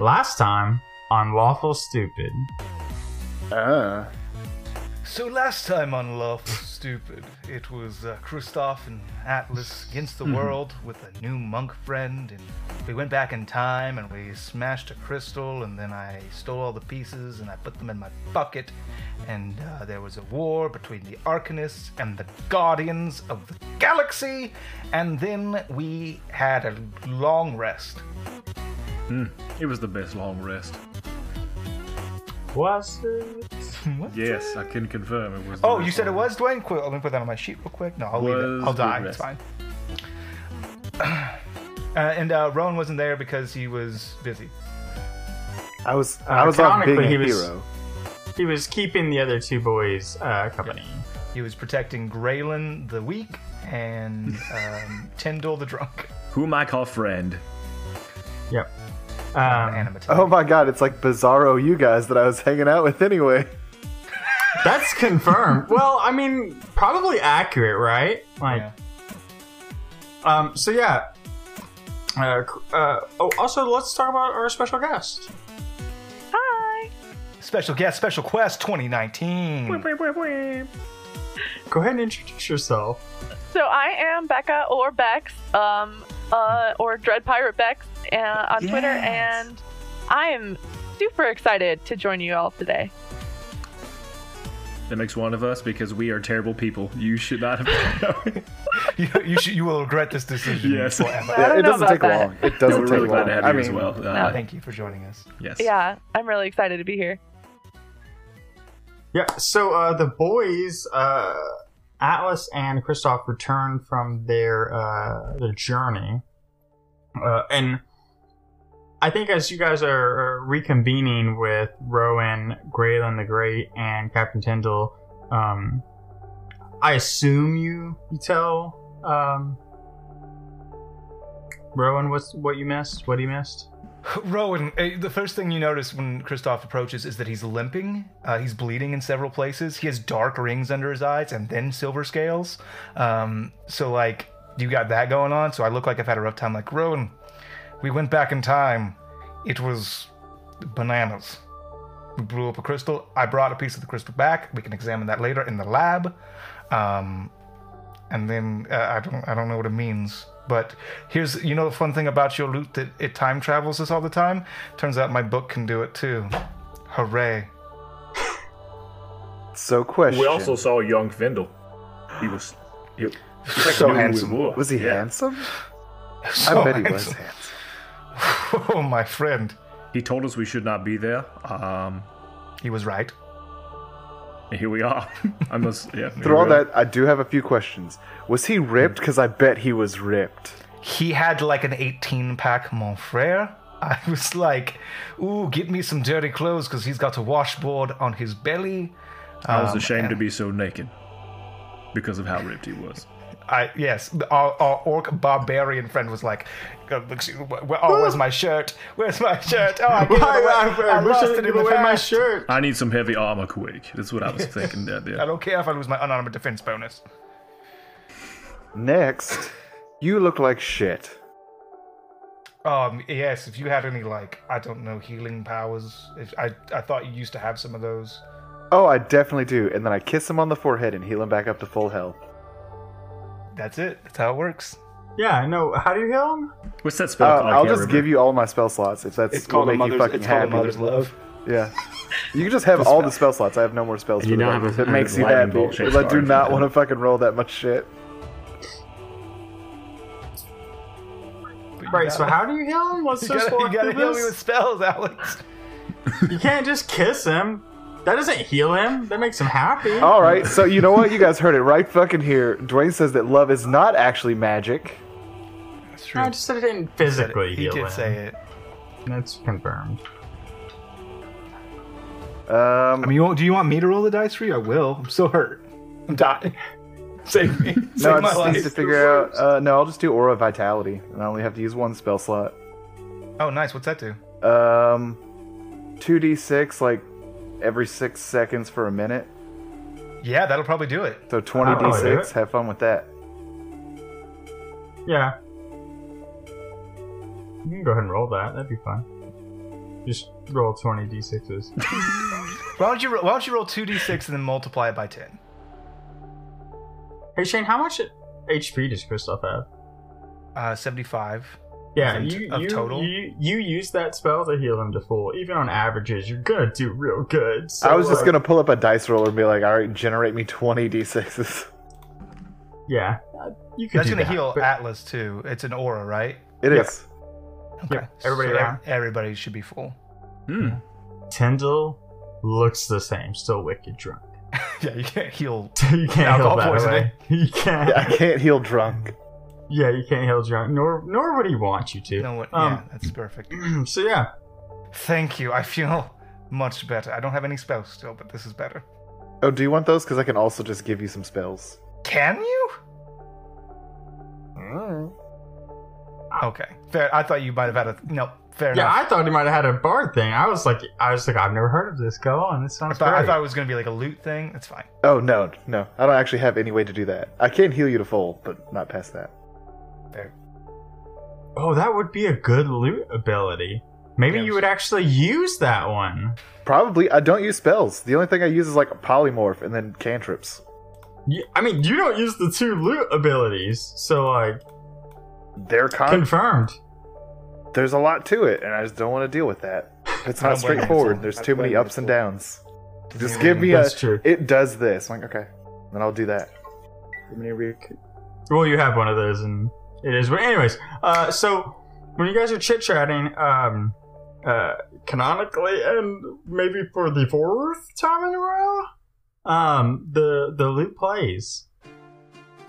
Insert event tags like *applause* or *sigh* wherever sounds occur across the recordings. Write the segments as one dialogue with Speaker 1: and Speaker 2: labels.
Speaker 1: Last time on Lawful Stupid.
Speaker 2: Ah.
Speaker 3: So last time on Lawful Stupid, it was uh, Kristoff and Atlas against the world with a new monk friend, and we went back in time and we smashed a crystal, and then I stole all the pieces and I put them in my bucket, and uh, there was a war between the Arcanists and the Guardians of the Galaxy, and then we had a long rest.
Speaker 2: It was the best long rest.
Speaker 1: Was it?
Speaker 2: Yes, I can confirm it was. the
Speaker 3: Oh,
Speaker 2: best
Speaker 3: you said it
Speaker 2: long-
Speaker 3: was Dwayne. Quick, let me put that on my sheet real quick. No, I'll leave
Speaker 2: Was
Speaker 3: it. I'll
Speaker 2: the
Speaker 3: die. It's fine. *clears throat*
Speaker 2: rest.
Speaker 3: Uh, and uh, Rowan wasn't there because he was busy.
Speaker 4: I was I was off being a
Speaker 1: Iconically, he was-
Speaker 4: hero.
Speaker 1: He was keeping the other two boys uh, company.
Speaker 3: He was protecting Graylin the weak and um, *laughs* Tyndall the drunk.
Speaker 2: Whom I call friend.
Speaker 1: Yep.
Speaker 3: Um,
Speaker 1: Um,
Speaker 4: Oh my god, it's like Bizarro you guys that I was hanging out with anyway.
Speaker 1: *laughs* that's confirmed. well, I mean, probably accurate, right? Like,
Speaker 3: yeah.
Speaker 1: um, so yeah. Uh, uh, oh, also, let's talk about our special guest.
Speaker 5: Hi.
Speaker 3: Special guest, special quest 2019.
Speaker 1: Go ahead and introduce yourself.
Speaker 5: So I am Becca or Bex, um, uh, or Dread Pirate Bex uh, on Twitter,
Speaker 2: Yes.
Speaker 5: and I am super excited to join you all today.
Speaker 2: That makes one of us because we are terrible people. You should not have.
Speaker 3: you, you, should, you will regret this decision
Speaker 2: Yes. *laughs*
Speaker 3: forever.
Speaker 5: I don't
Speaker 4: it
Speaker 5: know
Speaker 4: doesn't
Speaker 5: about
Speaker 4: take
Speaker 5: that.
Speaker 4: long. It
Speaker 2: No,
Speaker 4: *laughs*
Speaker 2: *laughs*
Speaker 4: doesn't
Speaker 2: we're
Speaker 4: take
Speaker 2: really glad
Speaker 4: long.
Speaker 2: to have you
Speaker 4: I mean,
Speaker 2: as well. Uh,
Speaker 5: no.
Speaker 3: Thank you for joining us.
Speaker 2: Yes.
Speaker 5: Yeah, I'm really excited to be here.
Speaker 1: Yeah. So uh, the boys, uh, Atlas and Kristoff, return from their uh, their journey, uh, and I think as you guys are, are reconvening with Rowan, Graylin the Great, and Captain Tyndall, um, I assume you you tell um, Rowan what's what you missed, what he missed.
Speaker 3: Rowan, uh, the first thing you notice when Kristoff approaches is that he's limping. Uh, he's bleeding in several places. He has dark rings under his eyes and then silver scales. Um, so, like, you got that going on. So I look like I've had a rough time. Like, Rowan, we went back in time. It was bananas. We blew up a crystal. I brought a piece of the crystal back. We can examine that later in the lab. Um, and then uh, I don't I don't know what it means. But here's you know the fun thing about your loot that it time travels us all the time. Turns out my book can do it too. Hooray!
Speaker 4: so question.
Speaker 6: We also saw young Vindel. He was he,
Speaker 4: so
Speaker 6: knew who he
Speaker 4: handsome.
Speaker 6: was.
Speaker 4: Was he
Speaker 6: Yeah.
Speaker 4: handsome? I
Speaker 3: *laughs* So
Speaker 4: bet he was
Speaker 3: handsome.
Speaker 4: handsome.
Speaker 3: oh my friend,
Speaker 2: He told us we should not be there. Um.
Speaker 3: he was right.
Speaker 2: and Here we are. *laughs* I must. Yeah.
Speaker 4: Through all that, I do have a few questions. Was he ripped? Because I bet he was ripped.
Speaker 3: He had like an 18 pack, mon frere. I *laughs* was like, ooh, get me some dirty clothes because he's got a washboard on his belly.
Speaker 2: I
Speaker 4: um,
Speaker 2: was ashamed to be so naked because of how ripped he was.
Speaker 3: I yes, our, our orc barbarian friend was like, "Uh, look, see, wh- wh- oh, where's my shirt? Where's my shirt? Oh,
Speaker 4: *laughs*
Speaker 3: I,
Speaker 1: *laughs*
Speaker 3: gave it away. I lost it in the past.
Speaker 1: shirt.
Speaker 2: I need some heavy armor quick. That's what I
Speaker 4: *laughs*
Speaker 2: was thinking. That
Speaker 3: I
Speaker 2: there.
Speaker 3: don't care if I lose my unarmored defense bonus.
Speaker 4: Next, you look like shit.
Speaker 3: Um, yes, if you had any like, I don't know, healing powers. If I, I thought you used to have some of those.
Speaker 4: Oh, I definitely do. And then I kiss him on the forehead and heal him back up to full health.
Speaker 3: That's it. That's how it works.
Speaker 1: Yeah, no. How do you heal him?
Speaker 2: What's that
Speaker 4: Uh,
Speaker 2: spell called? I
Speaker 4: I'll
Speaker 2: can't
Speaker 4: just
Speaker 2: remember.
Speaker 4: give you all my spell slots if that's
Speaker 7: It's
Speaker 4: what
Speaker 7: called a
Speaker 4: make you fucking
Speaker 7: mother's. It's called a
Speaker 4: happy.
Speaker 7: mother's love.
Speaker 4: Yeah. You can just have all the spell slots. I have no more spells.
Speaker 6: And you
Speaker 4: for the
Speaker 6: now have
Speaker 4: rest.
Speaker 6: a-
Speaker 4: It makes you
Speaker 6: lightning
Speaker 4: happy.
Speaker 6: bolt shaped
Speaker 4: Because I do
Speaker 6: scarf.
Speaker 4: not want to fucking roll that much shit.
Speaker 3: But you
Speaker 1: Right.
Speaker 3: gotta-
Speaker 1: So how do you heal him? Let's
Speaker 3: *laughs* You
Speaker 1: just
Speaker 3: gotta,
Speaker 1: walk
Speaker 3: you gotta
Speaker 1: through
Speaker 3: heal me
Speaker 1: this.
Speaker 3: with spells, Alex.
Speaker 1: You can't just kiss him. That doesn't heal him. That makes him happy.
Speaker 3: Oh.
Speaker 4: All right. So you know what? You guys heard it right fucking here. Dwayne says that love is not actually magic.
Speaker 3: That's
Speaker 1: I just said it didn't physically
Speaker 3: He
Speaker 1: heal him.
Speaker 3: did say it.
Speaker 1: That's confirmed.
Speaker 3: I
Speaker 4: Um,
Speaker 3: mean, you want, do you want me to roll the dice for you? I will. I'm so hurt. I'm dying. *laughs* Save me. *laughs* Save
Speaker 4: no, I
Speaker 3: my
Speaker 4: just need
Speaker 3: life.
Speaker 4: to figure out. Uh, no, I'll just do aura vitality, and I only have to use one spell slot.
Speaker 3: Oh, nice. What's that do?
Speaker 4: Um, two d six like every six seconds for a minute.
Speaker 3: Yeah, that'll probably do it.
Speaker 4: So twenty
Speaker 1: Oh,
Speaker 4: d
Speaker 1: yeah.
Speaker 4: six. Have fun with that.
Speaker 1: Yeah. You can go ahead and roll that. That'd be fine. Just roll 20
Speaker 3: *laughs*
Speaker 1: d6s.
Speaker 3: Why don't you ro- Why don't you roll two d six and then multiply it by ten?
Speaker 1: Hey, Shane, how much HP does Kristoff have?
Speaker 3: Uh, Seventy five.
Speaker 1: Yeah,
Speaker 3: Of-
Speaker 1: you,
Speaker 3: of
Speaker 1: you,
Speaker 3: total?
Speaker 1: you you use that spell to heal him to full. Even on averages, you're gonna do real good. So,
Speaker 4: I was just
Speaker 1: uh,
Speaker 4: gonna pull up a dice roller and be like, all right, generate me twenty d6s.
Speaker 1: Yeah, uh, you could.
Speaker 3: That's
Speaker 1: do
Speaker 3: gonna
Speaker 1: that,
Speaker 3: heal
Speaker 1: but-
Speaker 3: Atlas too. It's an aura, right?
Speaker 4: It
Speaker 1: Yep.
Speaker 4: is.
Speaker 3: Okay.
Speaker 1: everybody
Speaker 3: ev-
Speaker 1: around.
Speaker 3: everybody should
Speaker 1: *laughs*
Speaker 3: be full.
Speaker 2: Hmm.
Speaker 1: Tyndall looks the same, still wicked drunk. *laughs*
Speaker 3: yeah, *laughs* you can't heal.
Speaker 1: you can't heal
Speaker 3: Alcohol
Speaker 1: that
Speaker 3: poisoning.
Speaker 1: way. *laughs* You can't.
Speaker 4: Yeah, *laughs* I
Speaker 1: Yeah.
Speaker 4: can't heal drunk.
Speaker 1: you can't heal drunk. Nor nor would he want you to.
Speaker 3: No, what, yeah,
Speaker 1: Um,
Speaker 3: that's perfect.
Speaker 1: *clears throat* so yeah,
Speaker 3: Thank you. I feel *laughs* much better. I don't have any spells still, but this is better.
Speaker 4: Oh, do you want those? Because I can also just give you some spells.
Speaker 3: Can you? Okay. Fair. I thought you might have had a no. Fair
Speaker 1: yeah.
Speaker 3: enough.
Speaker 1: I thought he might have had a bard thing. I was like, I was like, I've never heard of this. Go on, this
Speaker 3: I
Speaker 1: sounds
Speaker 3: thought, I
Speaker 1: great.
Speaker 3: thought it was gonna be like a loot thing. That's fine.
Speaker 4: Oh no, no, I don't actually have any way to do that. I can heal you to full, but not past that.
Speaker 1: oh, that would be a good loot ability. Maybe
Speaker 3: Yeah,
Speaker 1: you
Speaker 3: so-
Speaker 1: would actually use that one.
Speaker 4: Probably, I don't use spells. The only thing I use is like polymorph and then cantrips.
Speaker 1: You, I mean, you don't use the two loot abilities, so like
Speaker 4: They're con-
Speaker 1: confirmed.
Speaker 4: there's a lot to it, and I just don't want to deal with
Speaker 1: *laughs*
Speaker 4: that. It's
Speaker 3: I don't blame
Speaker 4: not
Speaker 3: you.
Speaker 4: straightforward. There's
Speaker 6: I
Speaker 4: too many
Speaker 6: blame you.
Speaker 4: ups and downs. Just give me a.
Speaker 1: That's true.
Speaker 4: It does this. I'm like, okay, then I'll do that.
Speaker 1: Well, you have one of those, and it is. But anyways, uh, so when you guys are chit chatting, um, uh, canonically, and maybe for the fourth time in a row, um, the the loop plays.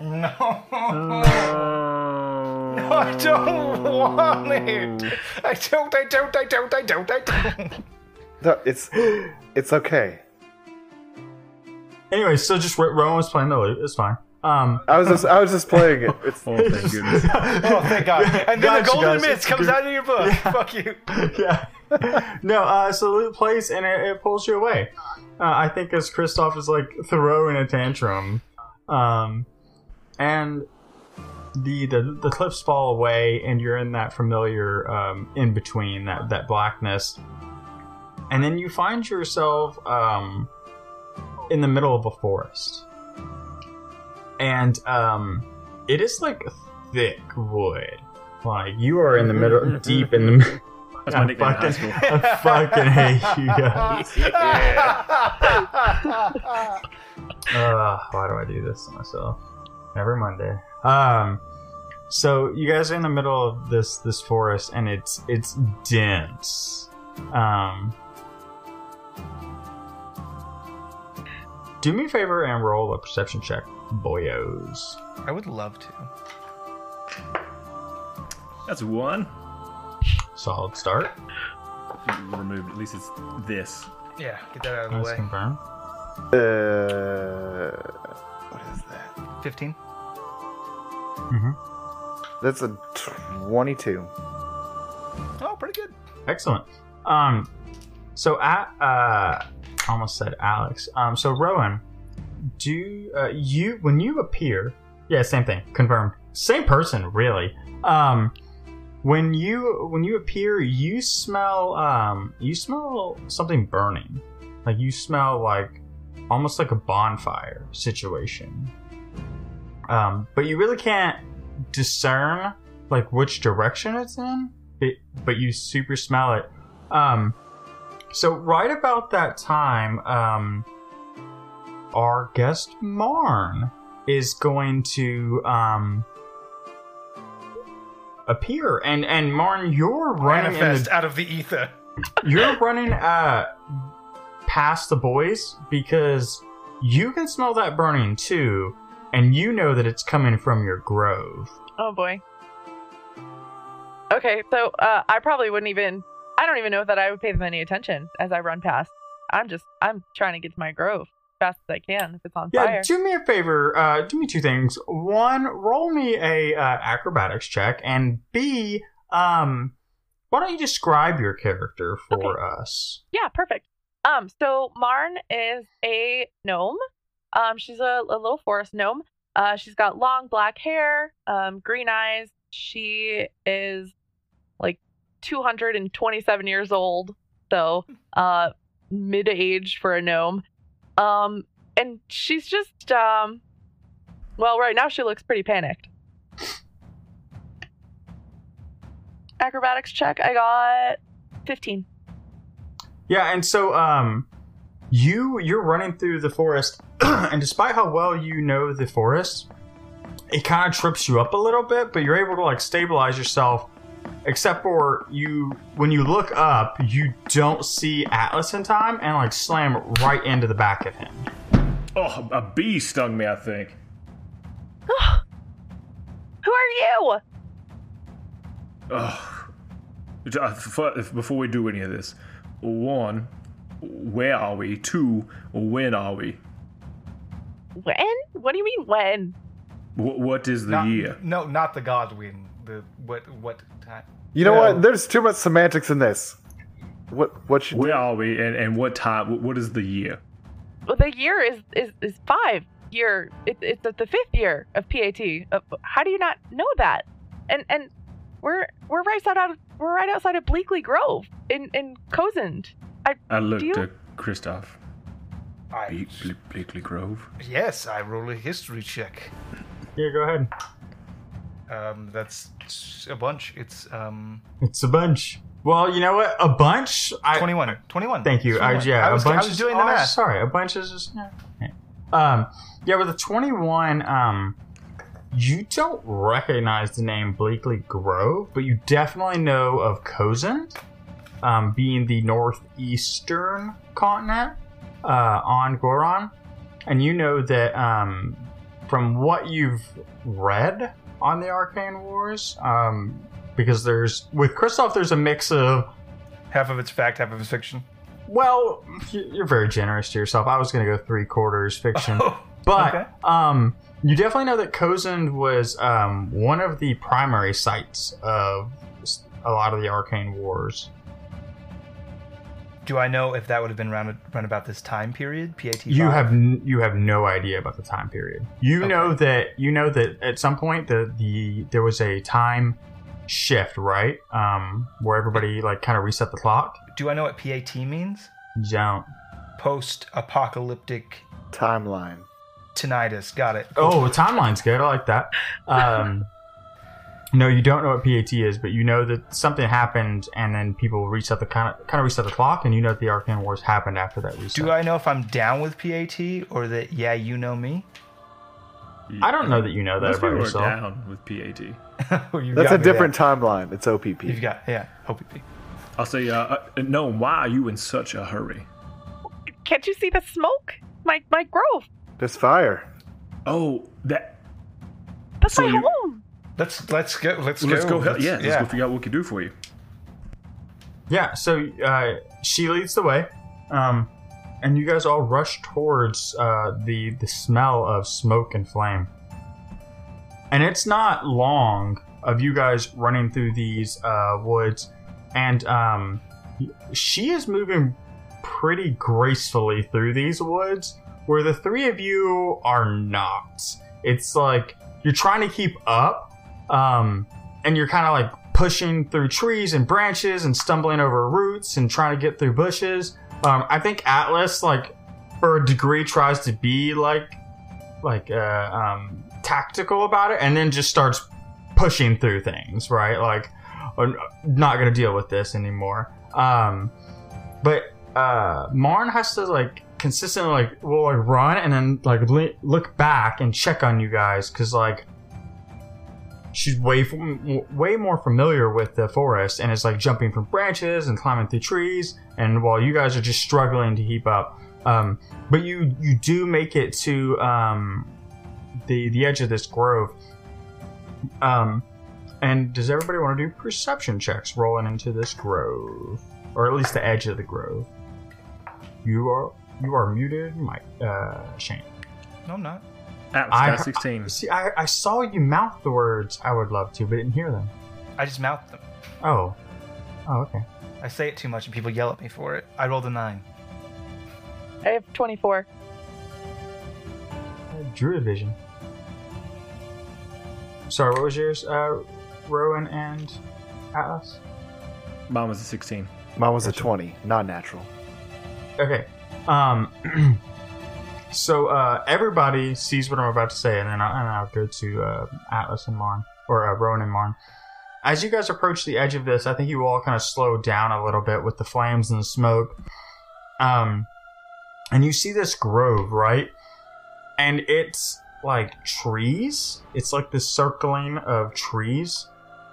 Speaker 3: *laughs*
Speaker 1: *laughs*
Speaker 3: No.
Speaker 2: Oh,
Speaker 3: no, I don't want it. I don't. I don't. I don't. I don't. I
Speaker 1: *laughs*
Speaker 3: don't.
Speaker 4: No, it's it's okay.
Speaker 1: Anyway, so just Ro- Rowan was playing the loop. It's fine. Um, *laughs*
Speaker 4: I was just I was just playing it. It's
Speaker 2: Oh, *laughs* thank goodness.
Speaker 3: Oh, thank God. And then
Speaker 1: Gotcha,
Speaker 3: the golden
Speaker 1: gotcha.
Speaker 3: mist comes out of your book. Fuck you.
Speaker 1: *laughs* yeah. no, uh, so loot plays and it, it pulls you away. Uh, I think as Kristoff is like throwing a tantrum, um, and the, the the cliffs fall away, and you're in that familiar um, in between that that blackness, and then you find yourself um, in the middle of a forest, and um, it is like thick wood. Like you are in the middle, deep in the middle
Speaker 2: That's my
Speaker 1: I
Speaker 2: nickname in high
Speaker 1: fucking-
Speaker 2: school.
Speaker 1: I
Speaker 2: *laughs*
Speaker 1: fucking hate you guys. *laughs* Uh, why do I do this to myself? Every Monday. Um, so you guys are in the middle of this this forest, and it's it's dense. Um, do me a favor and roll a perception check, boyos.
Speaker 3: I would love to.
Speaker 2: That's one.
Speaker 1: Solid start.
Speaker 2: Removed. At least it's this.
Speaker 3: Yeah, get that out of the
Speaker 1: Let's
Speaker 3: way.
Speaker 1: confirm.
Speaker 4: uh, what is that?
Speaker 3: 15.
Speaker 4: That's a twenty-two.
Speaker 3: Oh, pretty good.
Speaker 1: Excellent. Um, so at uh, almost said Alex. Um, so Rowan, do uh, you when you appear? Yeah, same thing. Confirmed. Same person, really. Um, when you when you appear, you smell um you smell something burning. Like you smell like almost like a bonfire situation. Um, but you really can't discern like which direction it's in it, but you super smell it. Um, so right about that time, um, our guest Marn is going to um, appear, and and Marn, you're running in
Speaker 3: Manifest
Speaker 1: the,
Speaker 3: out of the ether.
Speaker 1: you're running uh past the boys because you can smell that burning too, and you know that it's coming from your grove.
Speaker 5: Oh boy. Okay, so uh, I probably wouldn't even. I don't even know that I would pay them any attention as I run past. I'm just. I'm trying to get to my grove fast as I can if it's on
Speaker 1: Yeah,
Speaker 5: fire.
Speaker 1: do me a favor. Uh, do me two things. One, roll me a uh, acrobatics check, and B, um, why don't you describe your character for us?
Speaker 5: Yeah, perfect. Um, so Marn is a gnome. Um, she's a, a little forest gnome. Uh, she's got long black hair, um, green eyes. She is like 227 years old. so uh, mid-aged for a gnome. Um, and she's just um, well, right now she looks pretty panicked. Acrobatics check. I got 15.
Speaker 1: Yeah, and so um, you you're running through the forest, *clears throat* and despite how well you know the forest, it kind of trips you up a little bit, but you're able to like stabilize yourself. Except for you, when you look up, you don't see Atlas in time, and like slam right into the back of him.
Speaker 2: Oh, a bee stung me, I think.
Speaker 5: Who are you?
Speaker 2: Ugh. Uh, f- Before we do any of this, one, where are we? Two, when are we?
Speaker 5: When? What do you mean when?
Speaker 2: Wh- what is the
Speaker 3: Not-
Speaker 2: year?
Speaker 3: No, not the Godwin. The what? What time?
Speaker 4: You know
Speaker 3: Yeah.
Speaker 4: what? There's too much semantics in this. What? What should?
Speaker 2: Where are we, and, and what time? wh- What is the year?
Speaker 5: Well, the year is is, is five year. It, it's the, the fifth year of PAT. Of- Uh, How do you not know that? And and we're we're right out of, we're right outside of Bleakley Grove in in Cozend.
Speaker 2: I looked
Speaker 5: you-
Speaker 2: at Christoph.
Speaker 3: I,
Speaker 2: Ble- Ble- Bleakley Grove.
Speaker 3: yes, I roll a history check.
Speaker 1: Yeah, go ahead.
Speaker 3: Um, that's a bunch. It's um
Speaker 1: It's a bunch. Well, you know what? A bunch. I,
Speaker 3: 21. 21.
Speaker 1: Thank you. I,
Speaker 3: 21.
Speaker 1: yeah,
Speaker 3: I was,
Speaker 1: a bunch
Speaker 3: I was
Speaker 1: is-
Speaker 3: doing the
Speaker 1: oh,
Speaker 3: math.
Speaker 1: Sorry, a bunch is just. Yeah. Okay. Um, yeah, with the 21, um, you don't recognize the name Bleakley Grove, but you definitely know of Cozend, um, being the northeastern continent uh, on Goron. And you know that um, from what you've read on the Arcane Wars, um, because there's, with Kristoff, there's a mix of
Speaker 3: Half of it's fact, half of it's fiction.
Speaker 1: well, you're very generous to yourself. I was going to go three quarters fiction,
Speaker 3: *laughs* Oh,
Speaker 1: but
Speaker 3: okay.
Speaker 1: um, you definitely know that Cozend was um, one of the primary sites of s- a lot of the arcane wars.
Speaker 3: do I know if that would have been around, around about this time period? PAT.
Speaker 1: You
Speaker 3: five?
Speaker 1: have n- you have no idea about the time period. You
Speaker 3: Okay.
Speaker 1: know that you know that at some point the the there was a time shift, right? Um, where everybody like kind of reset the clock.
Speaker 3: Do I know what PAT means?
Speaker 1: You don't.
Speaker 3: Post-apocalyptic
Speaker 4: timeline.
Speaker 3: tinnitus. Got it.
Speaker 1: Oh, the timeline's good. I like that. Um, *laughs* no, you don't know what PAT is, but you know that something happened, and then people reset the kind of kind of reset the clock, and you know that the Arcane Wars happened after that reset.
Speaker 3: Do I know if I'm down with PAT or that? Yeah, you know me. *laughs*
Speaker 1: I don't know that you know that
Speaker 2: Most
Speaker 1: about
Speaker 2: people
Speaker 1: yourself.
Speaker 2: are down with PAT.
Speaker 3: Oh, you
Speaker 4: That's
Speaker 3: got
Speaker 4: a
Speaker 3: me there.
Speaker 4: different timeline. It's OPP.
Speaker 3: You've got yeah. OPP.
Speaker 2: I'll say, uh, uh, no. Why are you in such a hurry?
Speaker 5: Can't you see the smoke? My my grove.
Speaker 4: There's fire.
Speaker 2: Oh, that.
Speaker 5: That's
Speaker 2: So
Speaker 5: my
Speaker 2: you-
Speaker 5: home.
Speaker 3: Let's let's go. Let's go.
Speaker 2: let's go. help yeah, let's
Speaker 3: yeah.
Speaker 2: go figure out what we can do for you.
Speaker 1: Yeah. So uh, she leads the way, um, and you guys all rush towards uh, the the smell of smoke and flame. And it's not long of you guys running through these uh, woods, and um, she is moving pretty gracefully through these woods, where the three of you are not. It's like you're trying to keep up, um, and you're kind of like pushing through trees and branches and stumbling over roots and trying to get through bushes. Um, I think Atlas, like for a degree, tries to be like like uh, um, tactical about it, and then just starts pushing through things, right? Like, I'm not gonna deal with this anymore. Um, but uh, Marn has to like consistently like will like run and then like le- look back and check on you guys because like she's way f- m- way more familiar with the forest and is like jumping from branches and climbing through trees and while you guys are just struggling to keep up um, but you you do make it to um, the the edge of this grove um, and does everybody want to do perception checks rolling into this grove or at least the edge of the grove you are you are muted mike uh, shane
Speaker 3: No, I'm not.
Speaker 2: Atlas
Speaker 1: I-
Speaker 2: got 16.
Speaker 1: see I, I saw you mouth the words i would love to but didn't hear them
Speaker 3: I just mouth them.
Speaker 1: Oh. Oh, okay.
Speaker 3: I say it too much and people yell at me for it. I rolled a nine.
Speaker 5: I have 24.
Speaker 1: Uh, Druid vision. Sorry, what was yours, uh, Rowan and Atlas?
Speaker 2: Mine was a 16.
Speaker 4: Mine was a 20, not natural.
Speaker 1: Okay. Um. *clears throat* so uh, everybody sees what I'm about to say, and then I'll, and I'll go to uh, Atlas and Marn or uh, Rowan and Marn. As you guys approach the edge of this, I think you all kind of slow down a little bit with the flames and the smoke. Um, and you see this grove, right? And it's like trees. It's like this circling of trees.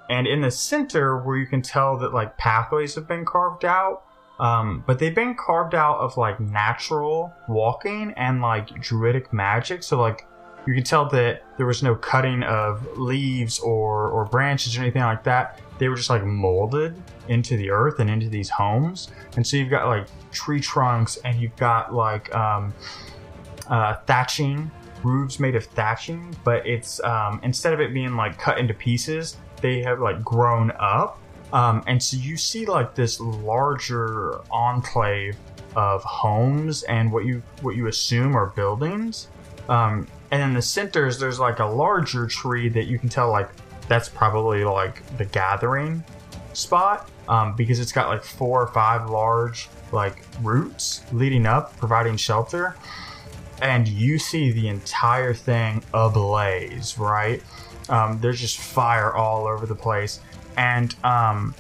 Speaker 1: And in the center, where you can tell that like pathways have been carved out, um, but they've been carved out of like natural walking and like druidic magic. So like you can tell that there was no cutting of leaves or or branches or anything like that. They were just like molded into the earth and into these homes. And so you've got like tree trunks and you've got like um, uh, thatching roofs made of thatching, but it's um, instead of it being like cut into pieces, they have like grown up um, and so you see like this larger enclave of homes and what you what you assume are buildings. Um, and in the centers, there's like a larger tree that you can tell like that's probably like the gathering spot um, because it's got like four or five large like roots leading up, providing shelter. And you see the entire thing ablaze, right? Um, there's just fire all over the place and um,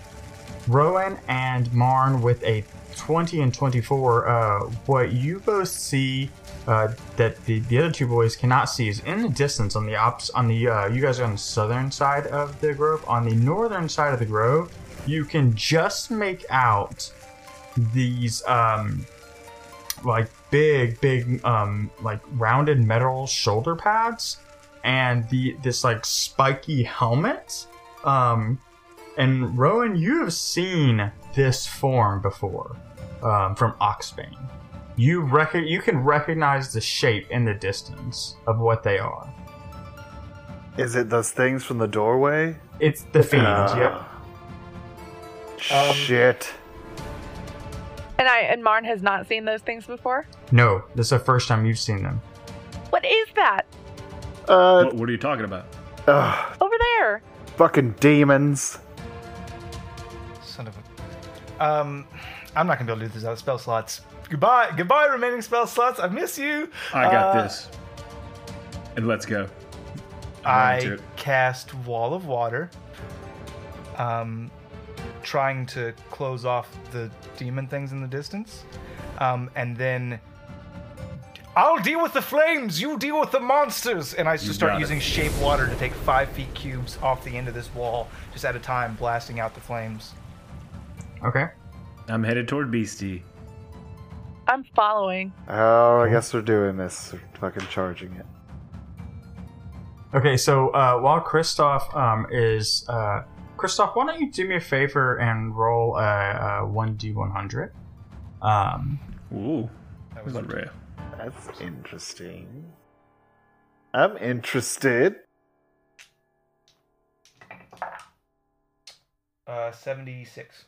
Speaker 1: Rowan and Marn with a 20 and 24. Uh, what you both see uh, that the, the other two boys cannot see is in the distance on the ops on the uh, you guys are on the southern side of the grove. On the northern side of the grove, you can just make out these um, like big, big um, like rounded metal shoulder pads and the this like spiky helmet. Um, and Rowan, you have seen this form before um, from Oxbane. You rec- you can recognize the shape in the distance of what they are.
Speaker 4: Is it those things from the doorway?
Speaker 1: It's the fiend.
Speaker 4: Uh,
Speaker 1: yep.
Speaker 3: Um,
Speaker 4: Shit.
Speaker 5: And I and Marn has not seen those things before.
Speaker 1: No, this is the first time you've seen them.
Speaker 5: What is that
Speaker 4: Uh,
Speaker 2: What, what are you talking about?
Speaker 4: ugh,
Speaker 5: over there?
Speaker 4: fucking demons.
Speaker 3: Son of a. Um, I'm not gonna be able to do this out of spell slots. Goodbye, goodbye, remaining spell slots. I miss you.
Speaker 2: I got
Speaker 3: Uh,
Speaker 2: this. And let's go. I'm into
Speaker 3: I
Speaker 2: it.
Speaker 3: cast Wall of Water, um, trying to close off the demon things in the distance, um, and then I'll deal with the flames. You deal with the monsters, and I just
Speaker 2: You
Speaker 3: start
Speaker 2: got it.
Speaker 3: using shape water to take five feet cubes off the end of this wall, just at a time, blasting out the flames.
Speaker 1: Okay.
Speaker 2: I'm headed toward Beastie.
Speaker 5: I'm following.
Speaker 4: Oh, I guess they're doing this. They're fucking charging it.
Speaker 1: Okay. So uh, while Kristoff um, is uh, Kristoff, why don't you do me a favor and roll a one d one hundred? Um.
Speaker 2: Ooh, that
Speaker 3: That
Speaker 2: was
Speaker 3: was lucky.
Speaker 2: rare.
Speaker 4: That's interesting. I'm interested.
Speaker 3: Uh, seventy-six.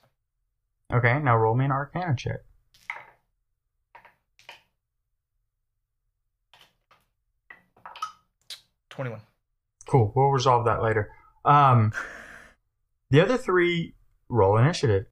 Speaker 1: Okay. Now roll me an Arcana check.
Speaker 3: Twenty-one.
Speaker 1: Cool. We'll resolve that later. Um, the other three roll initiative.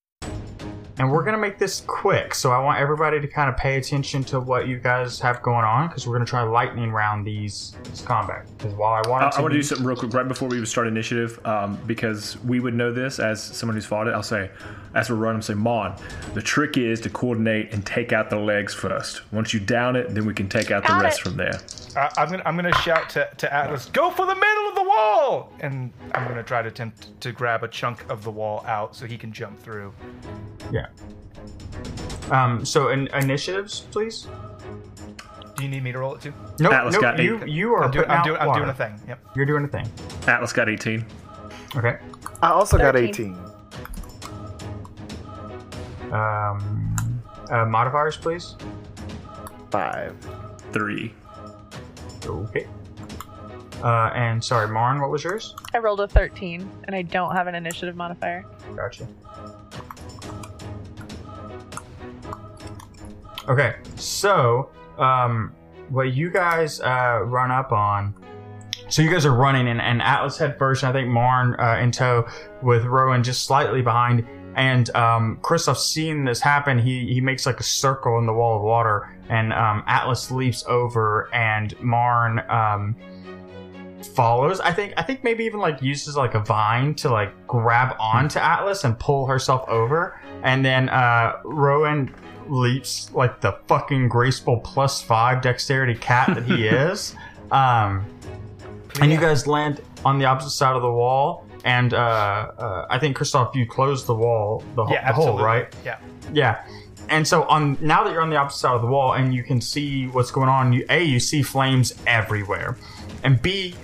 Speaker 1: And we're going to make this quick. So I want everybody to kind of pay attention to what you guys have going on because we're going to try lightning round these this combat. Because while I want
Speaker 2: I,
Speaker 1: it to
Speaker 2: I want to
Speaker 1: be-
Speaker 2: do something real quick right before we even start initiative, um, because we would know this as someone who's fought it. I'll say, as we're running, I'm saying, Mon, the trick is to coordinate and take out the legs first. Once you down it, then we can take out the
Speaker 5: Got
Speaker 2: rest
Speaker 5: it.
Speaker 2: from there.
Speaker 3: I, I'm gonna I'm gonna shout to, to Atlas, go for the middle of the wall, and I'm gonna try to attempt to grab a chunk of the wall out so he can jump through.
Speaker 1: Yeah. Um, so in, initiatives, please.
Speaker 3: Do you need me to roll it too?
Speaker 1: No,
Speaker 2: Atlas
Speaker 1: no,
Speaker 2: got eight.
Speaker 1: you, you are
Speaker 3: I'm doing
Speaker 1: putting
Speaker 3: I'm
Speaker 1: out
Speaker 3: doing, I'm doing
Speaker 1: water.
Speaker 3: a thing. Yep.
Speaker 1: You're doing a thing.
Speaker 2: Atlas got 18.
Speaker 1: Okay.
Speaker 4: I also got
Speaker 5: 13.
Speaker 4: 18.
Speaker 1: Um, uh, modifiers, please.
Speaker 4: Five.
Speaker 2: Three.
Speaker 1: Okay. Uh, and sorry, Marn, what was yours?
Speaker 5: I rolled a 13, and I don't have an initiative modifier.
Speaker 1: Gotcha. Okay, so um, what you guys uh, run up on. So you guys are running, and, and Atlas head first, and I think Marn uh, in tow with Rowan just slightly behind. And um, Kristoff, seeing this happen, he, he makes like a circle in the wall of water, and um, Atlas leaps over, and Marn um, follows. I think I think maybe even like uses like a vine to like grab onto Atlas and pull herself over, and then uh, Rowan leaps like the fucking graceful plus five dexterity cat that
Speaker 3: *laughs*
Speaker 1: he is. Um, and you guys land on the opposite side of the wall. And uh, uh, I think Christoph, you close the wall, the, ho-
Speaker 3: Yeah,
Speaker 1: Oh, the hole,
Speaker 3: absolutely.
Speaker 1: right?
Speaker 3: Yeah.
Speaker 1: Yeah. And so on now that you're on the opposite side of the wall and you can see what's going on, you A, you see flames everywhere. And B,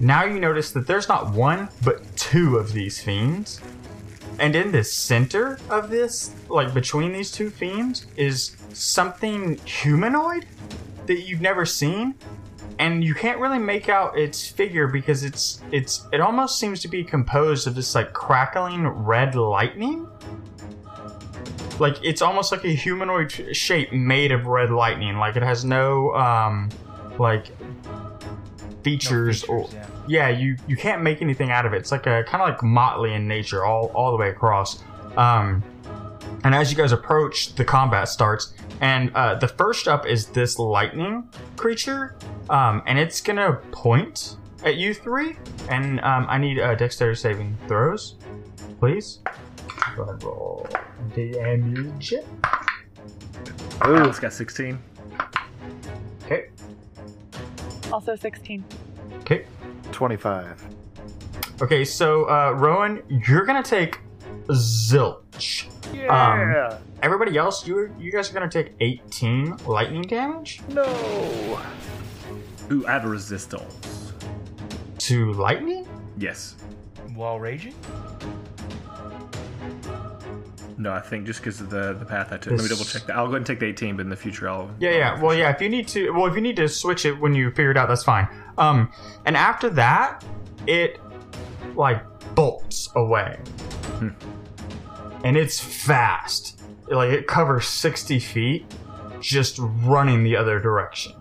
Speaker 1: now you notice that there's not one, but two of these fiends. And in the center of this, like between these two fiends, is something humanoid that you've never seen. And you can't really make out its figure because it's it's it almost seems to be composed of this like crackling red lightning like it's almost like a humanoid sh- shape made of red lightning like it has no um like features, or
Speaker 3: features,
Speaker 1: yeah. you you can't make anything out of it it's like a kind of like motley in nature all all the way across um and as you guys approach the combat starts and uh the first up is this lightning creature um and it's gonna point at you three and um i need uh dexterity saving throws please Go ahead and roll damage.
Speaker 4: Ooh,
Speaker 2: Alex got 16.
Speaker 1: Okay,
Speaker 5: Also 16.
Speaker 1: okay.
Speaker 4: 25.
Speaker 1: Okay, so uh, Rowan, you're gonna take zilch. Yeah. everybody else, you you guys are gonna take 18 lightning damage
Speaker 4: no.
Speaker 2: Ooh, add resistance.
Speaker 1: to lightning.
Speaker 2: Yes.
Speaker 3: While raging?
Speaker 2: No, I think just because of the, the path I took. Let me
Speaker 1: This-
Speaker 2: double check that. I'll go ahead and take the 18, but in the future I'll.
Speaker 1: Yeah, yeah. Well, yeah. If you need to, well, if you need to switch it when you figure it out, that's fine. Um, and after that, it like bolts away, and it's fast. Like it covers sixty feet, just running the other direction.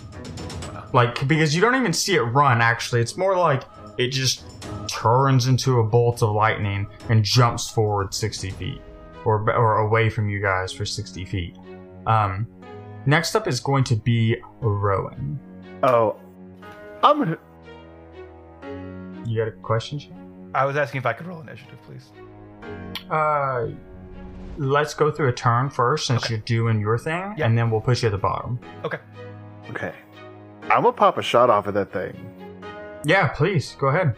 Speaker 1: Like because you don't even see it run. Actually, it's more like it just turns into a bolt of lightning and jumps forward sixty feet, or or away from you guys for sixty feet. Um, Next up is going to be Rowan.
Speaker 4: Oh, I'm gonna.
Speaker 1: You got a question, Shane?
Speaker 3: I was asking if I could roll initiative, please.
Speaker 1: Uh, let's go through a turn first since you're doing your thing,
Speaker 3: Yeah.
Speaker 1: and then we'll put you at the bottom.
Speaker 3: Okay.
Speaker 4: Okay. I'm gonna pop a shot off of that thing.
Speaker 1: Yeah, please go ahead.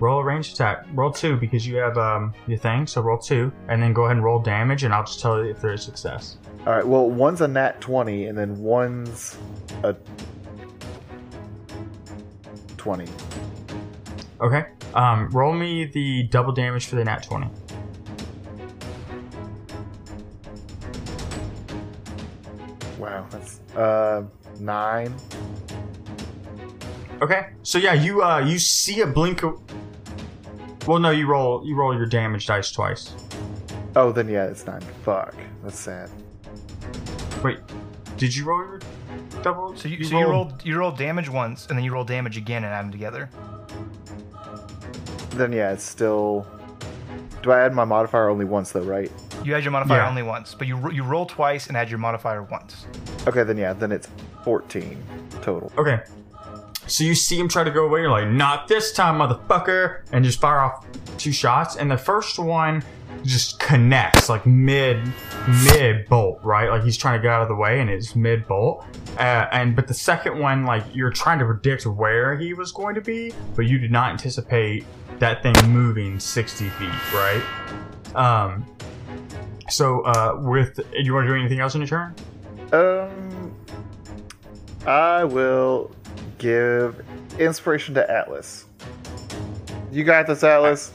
Speaker 1: Roll a range attack. Roll two because you have um your thing, so roll two, and then go ahead and roll damage, and I'll just tell you if there is success.
Speaker 4: All right. Well, one's a nat 20, and then one's a 20.
Speaker 1: Okay. Um, roll me the double damage for the nat twenty.
Speaker 4: Wow. That's uh nine.
Speaker 1: Okay. So yeah, you uh you see a blink. Of... Well, no, you roll you roll your damage dice twice.
Speaker 4: Oh, then yeah, it's nine. Fuck. That's sad.
Speaker 1: Wait, did you roll your double?
Speaker 3: So you, so you rolled you rolled damage once, and then you roll damage again and add them together.
Speaker 4: Then yeah, it's still. Do I add my modifier only once though? Right.
Speaker 3: You add your modifier
Speaker 1: Yeah.
Speaker 3: only once, but you ro- you roll twice and add your modifier once.
Speaker 4: Okay. Then yeah. Then it's 14 total.
Speaker 1: Okay. So you see him try to go away. You're like, not this time, motherfucker, and just fire off two shots. And the first one just connects like mid mid bolt, right? Like he's trying to get out of the way, and it's mid bolt. Uh, and but the second one, like you're trying to predict where he was going to be, but you did not anticipate that thing moving 60 feet, right? Um. So, uh, with do you want to do anything else in your turn?
Speaker 4: Um, I will give inspiration to Atlas. You got this, Atlas.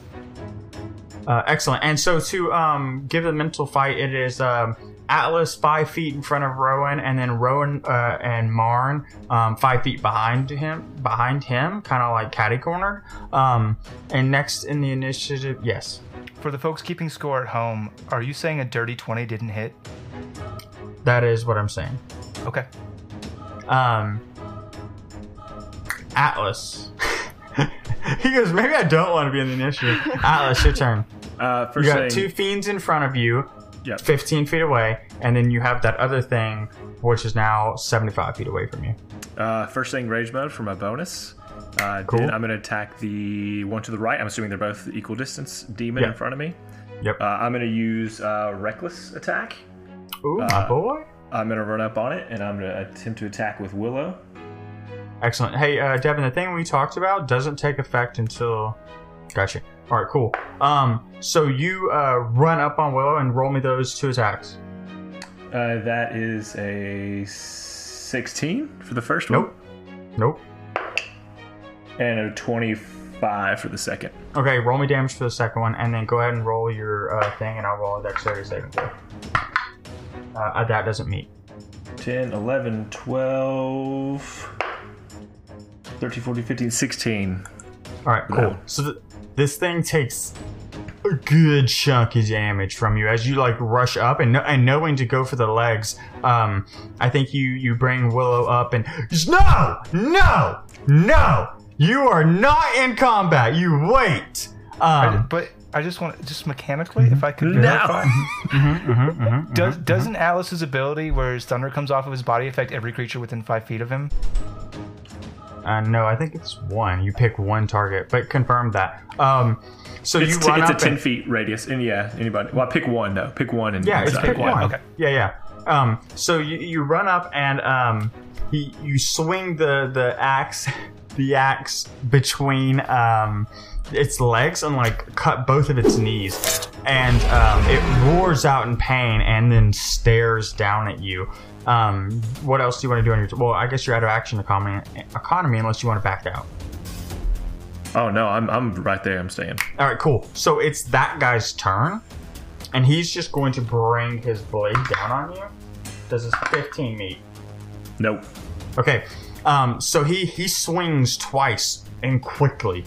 Speaker 1: Uh, excellent. And so to um, give the mental fight, it is um, Atlas five feet in front of Rowan, and then Rowan uh, and Marn um, five feet behind him, behind him, kind of like catty cornered. Um, and next in the initiative, yes.
Speaker 3: For the folks keeping score at home, are you saying a dirty twenty didn't hit?
Speaker 1: That is what I'm saying.
Speaker 3: Okay.
Speaker 1: Um, *laughs* Atlas. he goes, maybe I don't want to be in the initiative. Atlas, your turn.
Speaker 2: Uh,
Speaker 1: You
Speaker 2: first
Speaker 1: got
Speaker 2: thing,
Speaker 1: two fiends in front of you,
Speaker 2: yeah,
Speaker 1: 15 feet away, and then you have that other thing, which is now 75 feet away from you.
Speaker 2: Uh, first thing, rage mode for my bonus. Uh,
Speaker 1: Cool.
Speaker 2: Then I'm going to attack the one to the right. I'm assuming they're both equal distance. Demon
Speaker 1: Yeah.
Speaker 2: in front of me.
Speaker 1: Yep.
Speaker 2: Uh, I'm going to use uh, reckless attack.
Speaker 1: Ooh, my
Speaker 2: uh,
Speaker 1: boy.
Speaker 2: I'm going to run up on it and I'm going to attempt to attack with Willow.
Speaker 1: Excellent. Hey, uh, Devin, the thing we talked about doesn't take effect until. Gotcha. All right, cool. Um, so you uh, run up on Willow and roll me those two attacks.
Speaker 2: Uh, that is a 16 for the first
Speaker 1: Nope. Nope.
Speaker 2: one and a 25 for the second.
Speaker 1: Okay, roll me damage for the second one, and then go ahead and roll your uh, thing, and I'll roll a dexterity saving throw. Uh, Uh, that doesn't meet.
Speaker 2: 10, 11, 12, 13, 14, 15, 16.
Speaker 1: All right, cool.
Speaker 2: No.
Speaker 1: So th- this thing takes a good chunk of damage from you as you like rush up and, kn- and knowing to go for the legs. Um, I think you you bring Willow up and no, no, no. You are not in combat. You wait. Um,
Speaker 3: but I just want, just mechanically, if I could
Speaker 1: Mm-hmm.
Speaker 2: *laughs*
Speaker 3: verify,
Speaker 1: *laughs*
Speaker 2: Mm-hmm,
Speaker 3: does doesn't Alice's ability, where his thunder comes off of his body, affect every creature within five feet of him?
Speaker 1: uh, no, I think it's one. You pick one target, but confirm that. Um, so
Speaker 2: It's,
Speaker 1: you
Speaker 2: t-
Speaker 1: run
Speaker 2: it's a
Speaker 1: up
Speaker 2: 10
Speaker 1: and-
Speaker 2: feet radius. And yeah, anybody. Well, pick one though. Pick one. And
Speaker 1: Yeah, it's
Speaker 2: decide.
Speaker 1: pick one.
Speaker 3: Okay.
Speaker 1: Yeah, yeah. Um, so you, you run up and um, you, you swing the the axe, *laughs* the axe between um, its legs and like cut both of its knees, and um, it roars out in pain and then stares down at you. Um, what else do you want to do on your? well, I guess you're out of action economy, economy unless you want to back out.
Speaker 2: Oh no, I'm I'm right there. I'm staying.
Speaker 1: All right, cool. So it's that guy's turn, and he's just going to bring his blade down on you. Does his 15 meet?
Speaker 2: Nope.
Speaker 1: Okay. Um, so he he swings twice and quickly.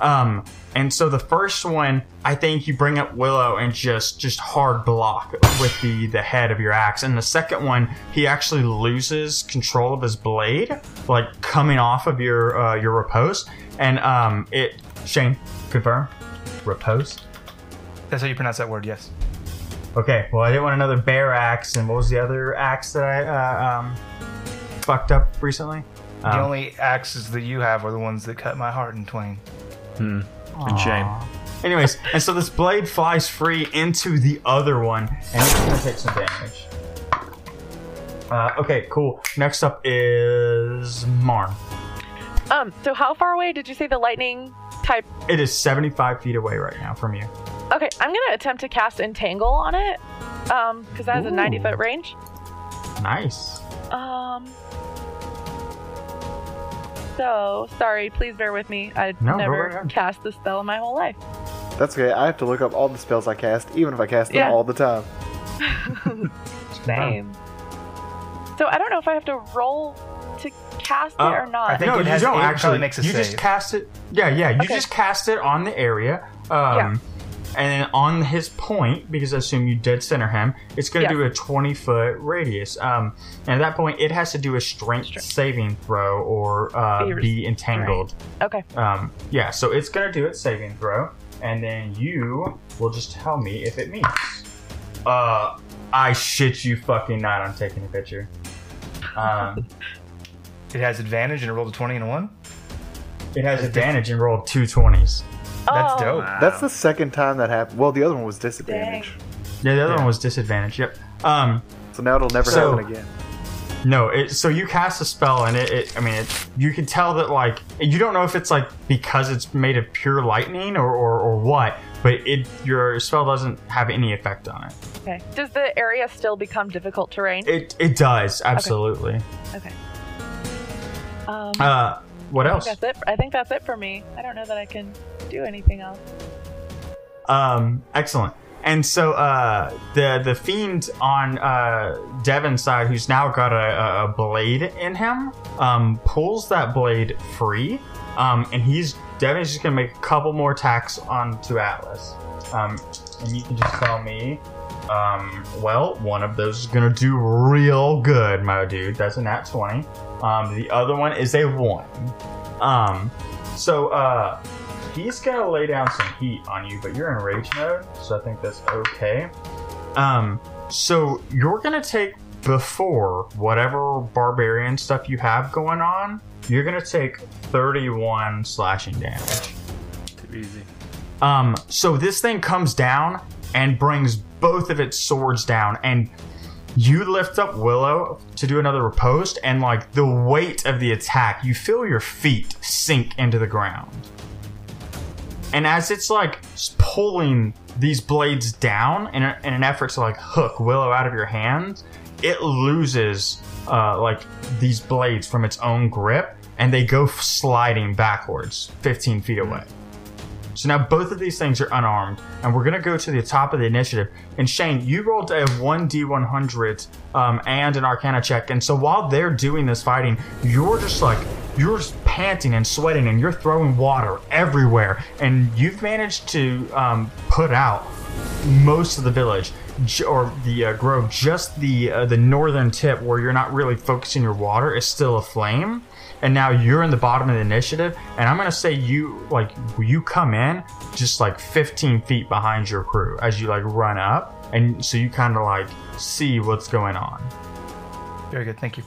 Speaker 1: Um, and so the first one, I think you bring up Willow and just just hard block with the the head of your axe. And the second one, he actually loses control of his blade, like coming off of your uh, your repose. And um, it Shane confirm repose.
Speaker 3: That's how you pronounce that word. Yes.
Speaker 1: Okay, well, I didn't want another bear axe, and what was the other axe that I uh, um, fucked up recently?
Speaker 3: the
Speaker 1: Oh.
Speaker 3: only axes that you have are the ones that cut my heart in twain.
Speaker 2: And shame.
Speaker 1: Anyways, *laughs* and so this blade flies free into the other one, and it's gonna take some damage. Uh, okay, cool. Next up is Marn.
Speaker 5: Um, so how far away did you say the lightning type?
Speaker 1: It is 75 feet away right now from you.
Speaker 5: Okay, I'm gonna attempt to cast Entangle on it, um, because that has a 90 foot range.
Speaker 1: Nice.
Speaker 5: Um. So sorry. Please bear with me. I
Speaker 1: No, go right
Speaker 5: never
Speaker 1: ahead.
Speaker 5: cast this spell in my whole life.
Speaker 4: That's okay. I have to look up all the spells I cast, even if I cast them
Speaker 5: Yeah.
Speaker 4: all the time.
Speaker 5: Same. So I don't know if I have to roll to cast
Speaker 1: Uh,
Speaker 5: it or
Speaker 3: I
Speaker 5: not.
Speaker 3: think
Speaker 1: no,
Speaker 3: it
Speaker 1: you
Speaker 3: has- it
Speaker 1: don't
Speaker 3: probably
Speaker 1: actually.
Speaker 3: makes a
Speaker 1: you just
Speaker 3: save.
Speaker 1: cast it. Yeah, yeah. You
Speaker 5: Okay.
Speaker 1: just cast it on the area. Um,
Speaker 5: Yeah.
Speaker 1: And then on his point, because I assume you dead center him, it's going to
Speaker 5: Yes.
Speaker 1: do a 20 foot radius. Um, and at that point, it has to do a strength saving throw or uh,
Speaker 5: Be res-
Speaker 1: be entangled.
Speaker 5: Okay.
Speaker 1: Um, yeah, so it's going to do its saving throw. And then you will just tell me if it meets. Uh, I shit you fucking not. I'm taking a picture. Um,
Speaker 3: It has advantage and it rolled a 20 and a 1.
Speaker 1: it *laughs* has advantage and rolled two 20s.
Speaker 3: That's
Speaker 5: oh,
Speaker 3: dope.
Speaker 4: That's the second time that happened. Well, the other one was disadvantage.
Speaker 1: Yeah, the other one was disadvantage. Yep. Um,
Speaker 4: So now it'll never
Speaker 1: So-
Speaker 4: happen again.
Speaker 1: no. It, so you cast a spell, and it. it I mean, it, you can tell that like you don't know if it's like because it's made of pure lightning or or, or what, but it your spell doesn't have any effect on it.
Speaker 5: Okay. Does the area still become difficult terrain?
Speaker 1: It it does absolutely.
Speaker 5: okay. Um.
Speaker 1: Uh, what
Speaker 5: I
Speaker 1: else?
Speaker 5: think that's it. I think that's it for me. I don't know that I can do anything else.
Speaker 1: Um, excellent. And so uh, the the fiend on uh, Devin's side, who's now got a, a- a blade in him, um, pulls that blade free, um, and he's Devin's just gonna make a couple more attacks onto Atlas, um, and you can just tell me. Um, well, one of those is gonna do real good, my dude. That's a nat twenty. Um, the other one is a one. Um, so uh, he's gonna lay down some heat on you, but you're in rage mode, so I think that's okay. Um, so you're gonna take before whatever barbarian stuff you have going on, you're gonna take 31 slashing damage.
Speaker 2: Too easy.
Speaker 1: Um, so this thing comes down and brings both of its swords down, and you lift up Willow to do another riposte, and like the weight of the attack, you feel your feet sink into the ground. And as it's like s- pulling these blades down in, a, in an effort to like hook Willow out of your hand, it loses uh, like these blades from its own grip, and they go f- sliding backwards, 15 feet away. So now both of these things are unarmed, and we're gonna go to the top of the initiative. And Shane, you rolled a one d one hundred um, and an Arcana check, and so while they're doing this fighting, you're just like you're just panting and sweating, and you're throwing water everywhere, and you've managed to um, put out most of the village j- or the uh, grove. Just the uh, the northern tip where you're not really focusing your water is still aflame and now you're in the bottom of the initiative and i'm gonna say you like you come in just like 15 feet behind your crew as you like run up and so you kind of like see what's going on
Speaker 3: Very good. Thank you.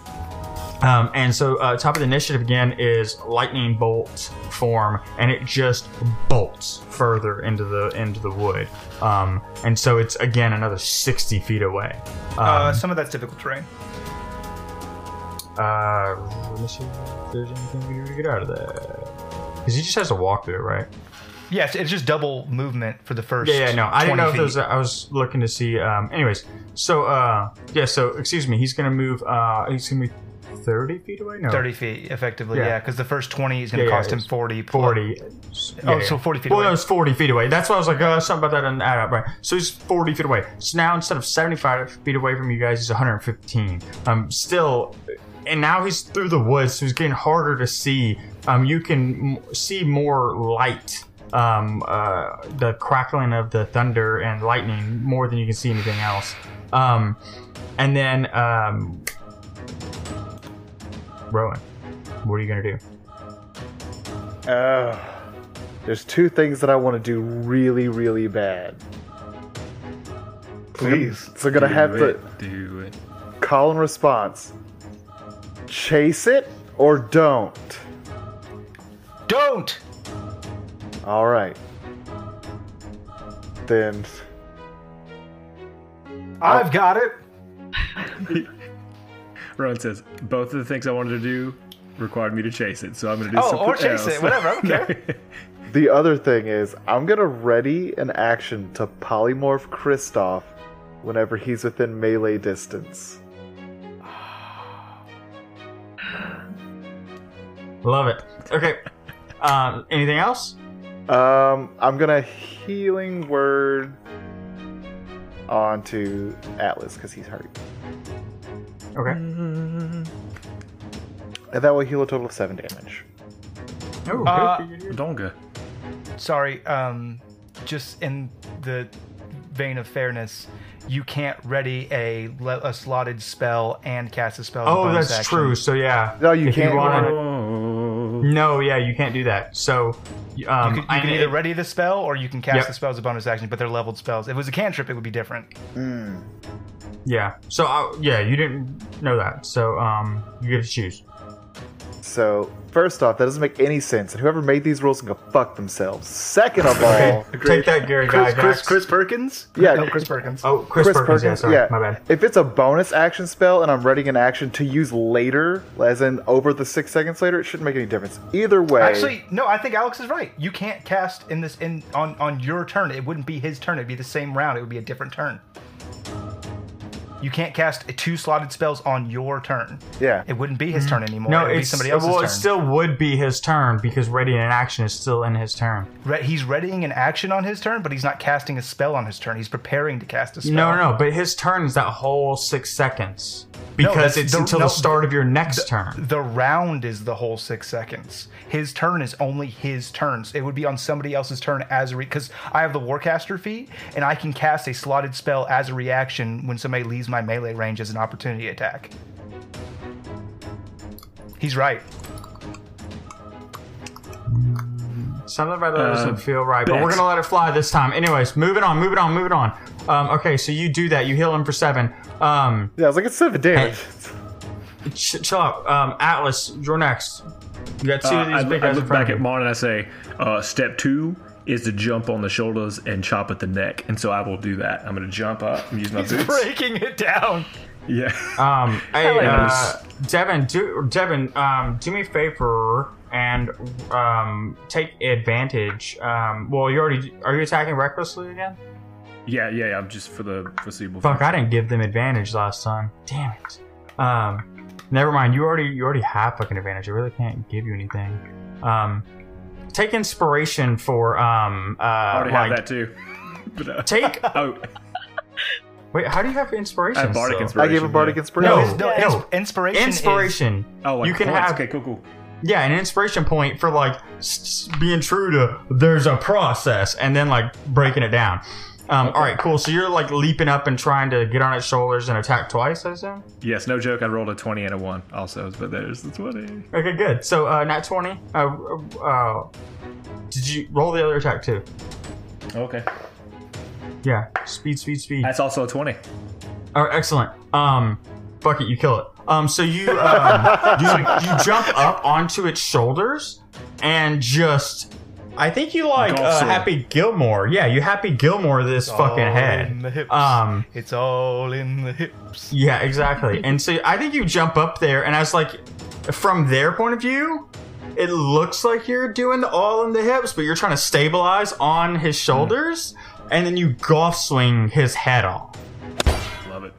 Speaker 1: um, and so uh, top of the initiative again is lightning bolt form and it just bolts further into the into the wood um, and so it's again another 60 feet away
Speaker 3: Uh,
Speaker 1: um,
Speaker 3: some of that's difficult terrain.
Speaker 1: uh, let me see if there's anything we can do to get out of there because he just has to walk through it right
Speaker 3: Yes, it's just double movement for the first.
Speaker 1: Yeah, yeah, no, I didn't
Speaker 3: 20
Speaker 1: know if there
Speaker 3: feet.
Speaker 1: was. A, I was looking to see. Um, anyways, so uh, yeah, so excuse me, he's gonna move. Uh, he's gonna move thirty feet away. No,
Speaker 3: 30 feet effectively,
Speaker 1: Yeah.
Speaker 3: yeah, because the first 20 is going to
Speaker 1: Yeah, yeah,
Speaker 3: cost him
Speaker 1: it's
Speaker 3: 40. plus-
Speaker 1: forty.
Speaker 3: Oh,
Speaker 1: Yeah,
Speaker 3: so
Speaker 1: yeah.
Speaker 3: 40 feet
Speaker 1: Well,
Speaker 3: away.
Speaker 1: no, it's forty feet away. That's why I was like, uh, something about that doesn't add up, right? So he's forty feet away. So now instead of seventy-five feet away from you guys, he's one hundred and fifteen. Um, still, and now he's through the woods, so he's getting harder to see. Um, you can m- see more light. Um, uh, the crackling of the thunder and lightning more than you can see anything else. Um, and then, um, Rowan, what are you gonna do?
Speaker 4: Uh, there's two things that I want to do really, really bad.
Speaker 6: Please.
Speaker 4: So gonna have
Speaker 2: do
Speaker 4: to
Speaker 2: it. Do it.
Speaker 4: call and response. Chase it or don't.
Speaker 3: Don't!
Speaker 4: All right. Then
Speaker 3: I've got it!
Speaker 2: Rowan says both of the things I wanted to do required me to chase it, so I'm going to do
Speaker 3: Oh,
Speaker 2: something
Speaker 3: or chase
Speaker 2: else.
Speaker 3: it,
Speaker 2: *laughs*
Speaker 3: whatever, I don't care.
Speaker 4: the other thing is I'm gonna ready an action to polymorph Kristoff whenever he's within melee distance.
Speaker 1: Love it. Okay.
Speaker 3: *laughs*
Speaker 1: Um, anything else?
Speaker 4: Um, I'm gonna healing word onto Atlas because he's hurt.
Speaker 1: Okay.
Speaker 4: And that will heal a total of seven damage.
Speaker 1: Ooh,
Speaker 3: Uh,
Speaker 1: good for you.
Speaker 2: Donga.
Speaker 3: Sorry, um, just in the vein of fairness, you can't ready a, le- a slotted spell and cast a spell. as a
Speaker 1: oh,
Speaker 3: bonus
Speaker 1: that's
Speaker 3: action.
Speaker 1: true. So yeah.
Speaker 4: No, you
Speaker 1: If
Speaker 4: can't.
Speaker 1: wanna-
Speaker 2: Oh.
Speaker 1: No, yeah, you can't do that. So, um,
Speaker 3: You can, you
Speaker 1: I
Speaker 3: can
Speaker 1: need-
Speaker 3: either ready the spell or you can cast
Speaker 1: Yep.
Speaker 3: the spell as a bonus action, but they're leveled spells. If it was a cantrip, it would be different.
Speaker 4: Mm.
Speaker 1: yeah. So I, yeah, you didn't know that. So um, you get to choose.
Speaker 4: So, first off, that doesn't make any sense. And whoever made these rules can go fuck themselves. Second of
Speaker 1: *laughs*
Speaker 4: all,
Speaker 1: Take that, Gary
Speaker 6: Chris,
Speaker 1: Gygax.
Speaker 6: Chris, Chris Perkins?
Speaker 4: yeah,
Speaker 3: No, Chris Perkins.
Speaker 1: Oh, Chris,
Speaker 4: Chris
Speaker 1: Perkins. Yeah,
Speaker 4: Perkins,
Speaker 1: sorry,
Speaker 4: yeah.
Speaker 1: my bad.
Speaker 4: if it's a bonus action spell and I'm readying an action to use later, as in over the six seconds later, it shouldn't make any difference. Either way,
Speaker 3: Actually, no. I think Alex is right. You can't cast in this in on on your turn. It wouldn't be his turn. It'd be the same round. It would be a different turn. You can't cast two slotted spells on your turn.
Speaker 4: yeah,
Speaker 3: It wouldn't be his turn anymore.
Speaker 1: Mm-hmm. No,
Speaker 3: it would be
Speaker 1: it's
Speaker 3: somebody else's
Speaker 1: well,
Speaker 3: turn.
Speaker 1: it still would be his turn because ready in action is still in his turn.
Speaker 3: Re- he's readying an action on his turn, but he's not casting a spell on his turn. He's preparing to cast a spell.
Speaker 1: No, no, but his turn is that whole six seconds because
Speaker 3: that's
Speaker 1: it's
Speaker 3: the-
Speaker 1: until
Speaker 3: no,
Speaker 1: the start of your next turn.
Speaker 3: The round is the whole six seconds. His turn is only his turns. It would be on somebody else's turn as a because I have the Warcaster feat, and I can cast a slotted spell as a reaction when somebody leaves my melee range as an opportunity attack. He's right.
Speaker 1: Something about that doesn't
Speaker 2: Uh,
Speaker 1: feel right, but we're
Speaker 2: Bex.
Speaker 1: gonna let it fly this time. Anyways, moving on, moving on, moving on. Um, okay, so you do that. You heal him for seven. Um,
Speaker 4: Yeah, I was like, it's seven damage.
Speaker 1: ch- chill out. Um, Atlas, you're next. You got two
Speaker 2: Uh,
Speaker 1: of these
Speaker 2: I,
Speaker 1: big
Speaker 2: I
Speaker 1: guys in
Speaker 2: look
Speaker 1: front
Speaker 2: back
Speaker 1: of
Speaker 2: at
Speaker 1: you.
Speaker 2: Mon and I say, uh, step two is to jump on the shoulders and chop at the neck. And so I will do that. I'm going to jump up and use my boots.
Speaker 3: breaking it down.
Speaker 2: *laughs* Yeah.
Speaker 1: Um, hey,
Speaker 5: like
Speaker 1: uh, Devin, do Devin, um, do me a favor and um, take advantage. Um, well, you already are you attacking recklessly again?
Speaker 2: yeah, yeah, yeah. I'm just for the foreseeable
Speaker 1: Fuck, I
Speaker 2: future.
Speaker 1: didn't give them advantage last time. Damn it. Um, never mind. You already you already have fucking advantage. I really can't give you anything. Um, take inspiration for um uh
Speaker 2: I already
Speaker 1: like
Speaker 2: have that too. *laughs* But, uh,
Speaker 1: take *laughs*
Speaker 2: oh,
Speaker 1: wait. How do you have inspiration?
Speaker 2: I have bardic
Speaker 1: still?
Speaker 2: inspiration.
Speaker 4: I gave a bardic
Speaker 2: yeah.
Speaker 4: inspiration.
Speaker 1: Oh. No.
Speaker 3: No,
Speaker 1: Yeah.
Speaker 3: ins- inspiration.
Speaker 1: Inspiration.
Speaker 2: Oh, like
Speaker 1: you can
Speaker 2: points.
Speaker 1: have
Speaker 2: Okay, cool, cool.
Speaker 1: yeah an inspiration point for like s- s- being true to there's a process and then like breaking it down. Um, All right, cool. So you're like leaping up and trying to get on its shoulders and attack twice, I assume.
Speaker 2: Yes, no joke. I rolled a 20 and a 1 also, but there's the 20.
Speaker 1: Okay, good. So, uh, nat 20. Uh, uh, did you roll the other attack too?
Speaker 2: Okay.
Speaker 1: Yeah. Speed, speed, speed.
Speaker 2: That's also a 20.
Speaker 1: Oh, excellent. Um, fuck it, you kill it. Um, so you, um, you, you jump up onto its shoulders and just. I think you like
Speaker 2: Golf
Speaker 1: uh,
Speaker 2: sword. Oh,
Speaker 1: Happy Gilmore. Yeah, you Happy Gilmore this fucking
Speaker 3: all
Speaker 1: head.
Speaker 3: in the hips.
Speaker 1: Um,
Speaker 3: It's all in the hips.
Speaker 1: Yeah, exactly. and so I think you jump up there, and I was like, from their point of view, it looks like you're doing the all in the hips, but you're trying to stabilize on his shoulders, and then you golf swing his head off.
Speaker 2: Love it.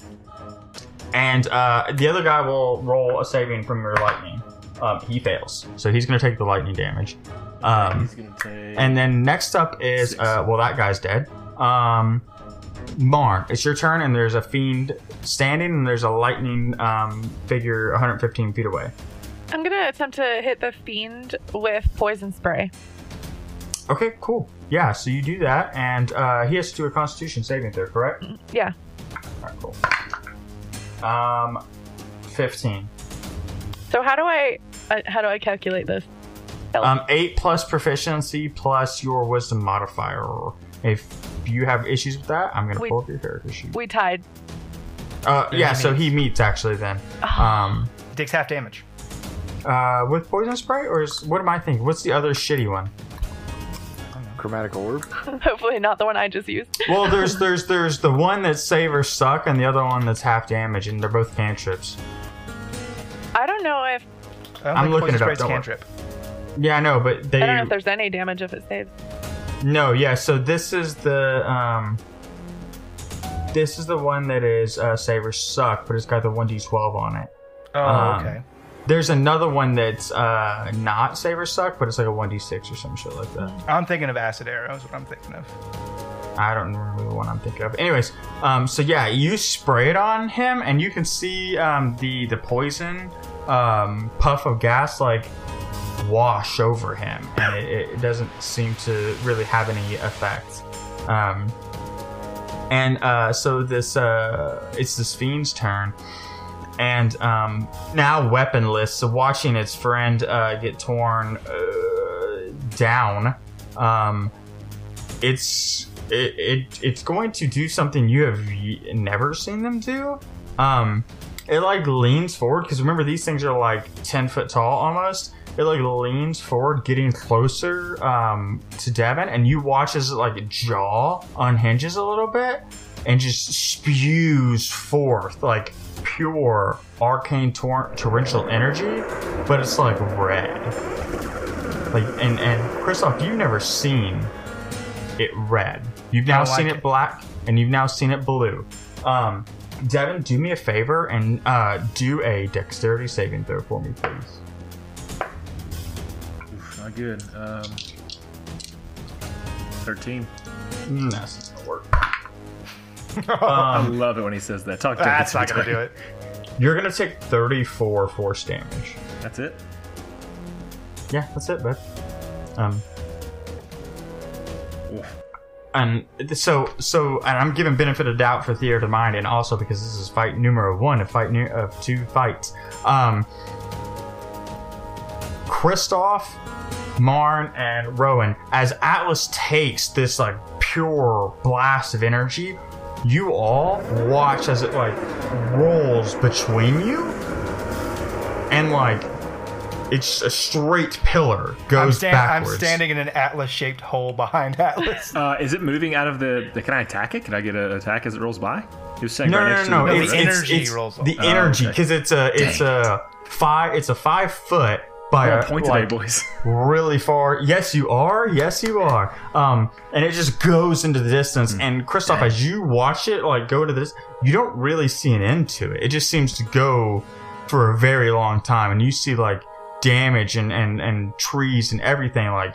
Speaker 1: And uh, the other guy will roll a saving from your lightning. Um, he fails, so he's going to take the lightning damage. Um,
Speaker 2: going to take.
Speaker 1: and then next up is
Speaker 2: Six.
Speaker 1: uh, well, that guy's dead. Um, Marn, it's your turn, and there's a fiend standing, and there's a lightning um, figure 115 feet away.
Speaker 5: I'm gonna attempt to hit the fiend with poison spray.
Speaker 1: Okay, cool. Yeah, so you do that, and uh, he has to do a Constitution saving throw, correct?
Speaker 5: Yeah.
Speaker 1: All right, cool. Um, 15.
Speaker 5: So how do I uh, how do I calculate this?
Speaker 1: Um, eight plus proficiency plus your wisdom modifier. If you have issues with that, I'm gonna
Speaker 5: We-
Speaker 1: pull up your character sheet.
Speaker 5: We tied. *laughs*
Speaker 1: Uh, yeah,
Speaker 3: he
Speaker 1: so he meets actually then. Um,
Speaker 3: Takes half damage.
Speaker 1: uh, with poison spray or is what am I thinking? What's the other shitty one?
Speaker 4: Chromatic orb.
Speaker 5: Hopefully not the one I just used.
Speaker 1: Well, there's *laughs* there's there's the one that's save or suck and the other one that's half damage, and they're both cantrips.
Speaker 5: I don't know if
Speaker 3: I don't
Speaker 1: I'm
Speaker 3: think
Speaker 1: looking it
Speaker 3: poison
Speaker 1: up,
Speaker 3: spray's
Speaker 1: don't worry.
Speaker 3: cantrip.
Speaker 1: Yeah, I know, but they
Speaker 5: I don't know if there's any damage if it saves.
Speaker 1: No, yeah. So this is the um, this is the one that is uh, save or suck, but it's got the one d12 on it.
Speaker 3: Oh,
Speaker 1: Um,
Speaker 3: okay.
Speaker 1: There's another one that's uh, not save or suck, but it's like a one d six or some shit like that.
Speaker 3: I'm thinking of acid arrows. What I'm thinking of.
Speaker 1: I don't remember the one I'm thinking of. Anyways, um, so yeah, you spray it on him, and you can see um, the the poison um, puff of gas like wash over him, and it, it doesn't seem to really have any effect. Um, and uh, so this uh, it's this fiend's turn and um, now weaponless so watching its friend uh, get torn uh, down um, it's it, it it's going to do something you have y- never seen them do um, it like leans forward because remember these things are like 10 foot tall almost it like leans forward getting closer um, to devin and you watch as it like jaw unhinges a little bit and just spews forth like pure arcane tor- torrential energy but it's like red like and and christoph you've never seen it red you've now
Speaker 3: I like
Speaker 1: seen
Speaker 3: it.
Speaker 1: it black and you've now seen it blue um Devin, do me a favor and uh, do a dexterity saving throw for me, please.
Speaker 2: Oof, not good. Um, 13.
Speaker 1: Mm, that's not gonna work.
Speaker 2: I
Speaker 1: um,
Speaker 2: love it when he says that. Talk to
Speaker 3: Ah, That's not gonna do it.
Speaker 1: you're gonna take 34 force damage.
Speaker 2: *laughs* That's it.
Speaker 1: Yeah, that's it, bud. Um,
Speaker 2: Oof.
Speaker 1: and th- so so, and I'm giving benefit of doubt for theater of mind, and also because this is fight numero one of fight nu- uh, of two fights. Um, Kristoff, Marn and Rowan, as Atlas takes this like pure blast of energy, you all watch as it like rolls between you, and like it's a straight pillar
Speaker 3: I'm,
Speaker 1: goes
Speaker 3: stand- I'm
Speaker 1: backwards.
Speaker 3: standing in an atlas-shaped hole behind *laughs* Atlas.
Speaker 2: Uh, is it moving out of the, the? Can I attack it? Can I get an attack as it rolls by? He was saying
Speaker 1: No,
Speaker 2: right
Speaker 1: no,
Speaker 2: next
Speaker 1: no, no.
Speaker 2: to the
Speaker 3: the
Speaker 1: It's,
Speaker 2: right?
Speaker 1: it's,
Speaker 3: energy
Speaker 1: it's
Speaker 3: rolls
Speaker 1: the
Speaker 3: off.
Speaker 1: energy
Speaker 2: okay.
Speaker 1: because it's a it's a five it's a five foot by
Speaker 2: We're
Speaker 1: a
Speaker 2: on point
Speaker 1: uh, like,
Speaker 2: today, boys. *laughs*
Speaker 1: really far. Yes, you are. Yes, you are. Um, and it just goes into the distance.
Speaker 2: Hmm.
Speaker 1: And Christoph, as you watch it, like go to this, you don't really see an end to it. It just seems to go for a very long time, and you see like damage and and and trees and everything. Like,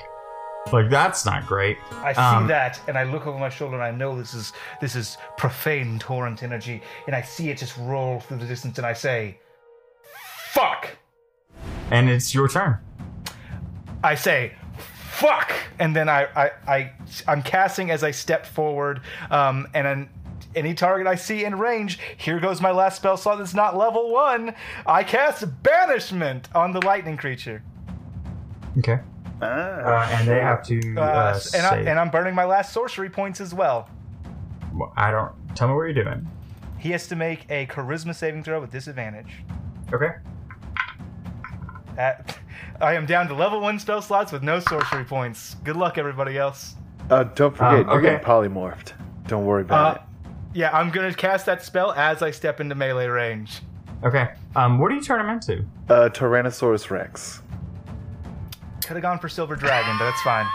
Speaker 1: like that's not great.
Speaker 3: I see
Speaker 1: Um,
Speaker 3: that, and I look over my shoulder, and I know this is this is profane torrent energy, and I see it just roll through the distance, and I say, "Fuck!"
Speaker 1: And it's your turn.
Speaker 3: I say, "Fuck!" And then I I, I I'm casting as I step forward, um, and then any target I see in range. Here goes my last spell slot. That's not level one. I cast banishment on the lightning creature,
Speaker 1: Okay.
Speaker 2: Ah.
Speaker 1: Uh, and they have to. Uh,
Speaker 3: uh, and, I,
Speaker 1: save.
Speaker 3: and I'm burning my last sorcery points as well.
Speaker 1: Well, I don't. Tell me what you're doing.
Speaker 3: He has to make a charisma saving throw with disadvantage.
Speaker 1: Okay.
Speaker 3: At, *laughs* I am down to level one spell slots with no sorcery points. Good luck, everybody else.
Speaker 4: Uh, don't forget,
Speaker 1: Um,
Speaker 4: you're
Speaker 1: okay.
Speaker 4: getting polymorphed. Don't worry about
Speaker 3: Uh, yeah, I'm gonna cast that spell as I step into melee range.
Speaker 1: Okay. Um, what do you turn him into?
Speaker 4: it. Uh, Tyrannosaurus Rex.
Speaker 3: Could have gone for silver dragon, but that's fine.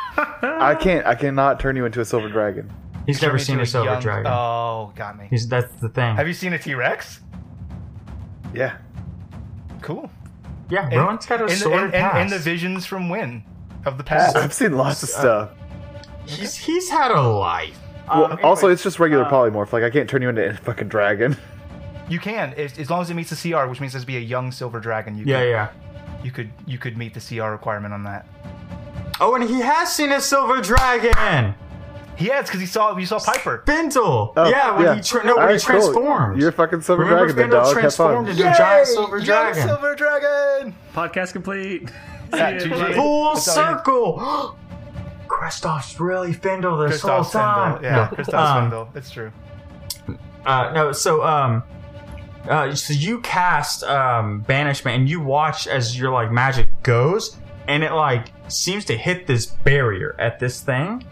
Speaker 4: I can't. I cannot turn you into a silver dragon.
Speaker 1: He's never
Speaker 3: Turned
Speaker 1: seen
Speaker 3: into
Speaker 1: a silver
Speaker 3: young-
Speaker 1: dragon.
Speaker 3: Oh, got me.
Speaker 1: He's that's the thing.
Speaker 3: Have you seen a T-Rex?
Speaker 4: Yeah.
Speaker 3: Cool.
Speaker 1: yeah,
Speaker 3: In-
Speaker 1: Rowan's got a
Speaker 3: in the-
Speaker 1: sword
Speaker 3: in, in- in
Speaker 1: past.
Speaker 3: the visions from when of the past.
Speaker 4: I've seen lots of
Speaker 1: Uh,
Speaker 4: stuff.
Speaker 1: He's he's had a life.
Speaker 4: Well,
Speaker 1: Um,
Speaker 4: also,
Speaker 1: anyway,
Speaker 4: it's just regular polymorph. Like, I can't turn you into any fucking dragon.
Speaker 3: You can, as, as long as it meets the CR, which means there's be a young silver dragon. You
Speaker 1: yeah,
Speaker 3: could,
Speaker 1: yeah.
Speaker 3: You could you could meet the CR requirement on that.
Speaker 1: Oh, and he has seen a silver dragon,
Speaker 3: He yeah, because he saw you saw Piper.
Speaker 1: Bindle.
Speaker 4: Oh,
Speaker 1: yeah, when he tra- no, when he
Speaker 4: Alright, cool.
Speaker 1: transformed.
Speaker 4: You're a fucking silver
Speaker 1: Remember
Speaker 4: dragon, then,
Speaker 1: Spindle
Speaker 4: dog. Have
Speaker 1: transformed
Speaker 4: fun.
Speaker 1: into a giant silver
Speaker 3: Yay!
Speaker 1: dragon.
Speaker 3: Young silver dragon.
Speaker 2: Podcast complete.
Speaker 3: Yeah, two
Speaker 2: Yeah.
Speaker 3: Gs.
Speaker 1: Full
Speaker 3: That's all you-
Speaker 1: circle. *gasps* Kristoff's really Findle this whole
Speaker 3: Christoph
Speaker 1: time.
Speaker 3: Swindle. Yeah,
Speaker 1: No,
Speaker 3: Christoph
Speaker 1: um,
Speaker 3: Swindle. It's true.
Speaker 1: uh, no so um uh, so you cast um banishment and you watch as your like magic goes and it like seems to hit this barrier at this thing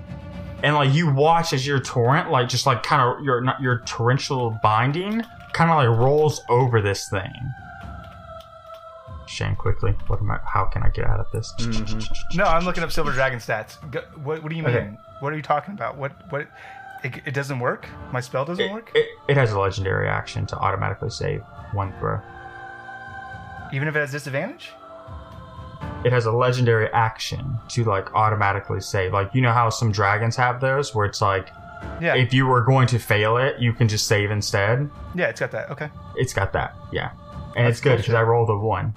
Speaker 1: and like you watch as your torrent like just like kind of your not your torrential binding kind of like rolls over this thing shame quickly what am i how can i get out of this
Speaker 3: No, I'm looking up silver dragon stats. Go, what, what do you mean?
Speaker 1: Okay.
Speaker 3: What are you talking about? What what? It, it doesn't work. My spell doesn't
Speaker 1: it,
Speaker 3: work.
Speaker 1: it, it has a legendary action to automatically save one throw
Speaker 3: Even if it has disadvantage.
Speaker 1: it has a legendary action to like automatically save. Like you know how some dragons have those where it's like
Speaker 3: Yeah,
Speaker 1: if you were going to fail it, you can just save instead.
Speaker 3: yeah, it's got that. Okay,
Speaker 1: It's got that, yeah, and
Speaker 3: That's
Speaker 1: it's good because
Speaker 3: bullshit.
Speaker 1: I rolled a one.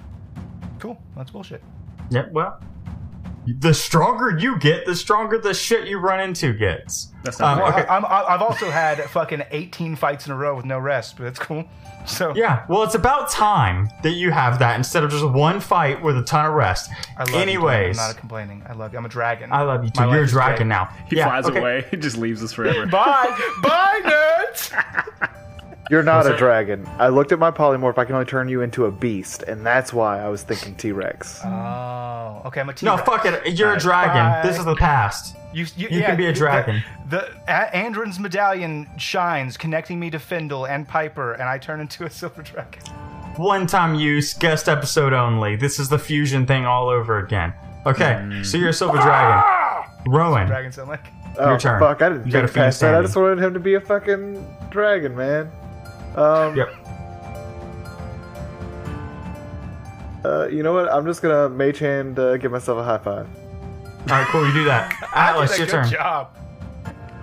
Speaker 3: cool. That's bullshit.
Speaker 1: Yep. Well, the stronger you get, the stronger the shit you run into gets. Um,
Speaker 2: That's not fair.
Speaker 1: okay.
Speaker 3: I, I'm, I- I've also had fucking 18 fights in a row with no rest, but that's cool. *laughs* So
Speaker 1: Yeah, well, it's about time that you have that instead of just one fight with a ton of rest.
Speaker 3: I love you, Dwayne.
Speaker 1: Anyways,
Speaker 3: I'm not complaining. I love you. I'm a dragon.
Speaker 1: I love you too.
Speaker 3: My life
Speaker 1: You're a
Speaker 3: is great.
Speaker 1: dragon now.
Speaker 2: He
Speaker 1: yeah,
Speaker 2: flies
Speaker 1: okay.
Speaker 2: away. He just leaves us forever.
Speaker 3: Bye, bye, nerds.
Speaker 4: You're not a dragon. I looked at my polymorph. I can only turn you into a beast, and that's why I was thinking T Rex.
Speaker 1: Uh,
Speaker 3: Oh, okay. I'm a
Speaker 1: *laughs*
Speaker 3: T.
Speaker 1: No, fuck it. You're a dragon.
Speaker 3: Bye.
Speaker 1: This is the past.
Speaker 3: You, you,
Speaker 1: You
Speaker 3: yeah,
Speaker 1: can be a dragon.
Speaker 3: The, the A- Andron's medallion shines, connecting me to Findle and Piper, and I turn into a *laughs* silver dragon.
Speaker 1: one time use, guest episode only. This is the fusion thing all over again. Okay, so you're a silver dragon. Rowan,
Speaker 3: Mm. Dragon sound like.
Speaker 4: Oh,
Speaker 1: your turn.
Speaker 4: fuck. I didn't
Speaker 1: You gotta
Speaker 4: think
Speaker 1: feed
Speaker 4: past that. I
Speaker 1: Sandy.
Speaker 4: just wanted him to be a fucking dragon, man. Um,
Speaker 1: Yep.
Speaker 4: uh, you know what? I'm just gonna mage hand uh, give myself a high five.
Speaker 1: alright, cool, you do
Speaker 3: *laughs*
Speaker 1: that.
Speaker 3: Did
Speaker 1: Atlas,
Speaker 3: a
Speaker 1: your
Speaker 3: good
Speaker 1: turn.
Speaker 3: job.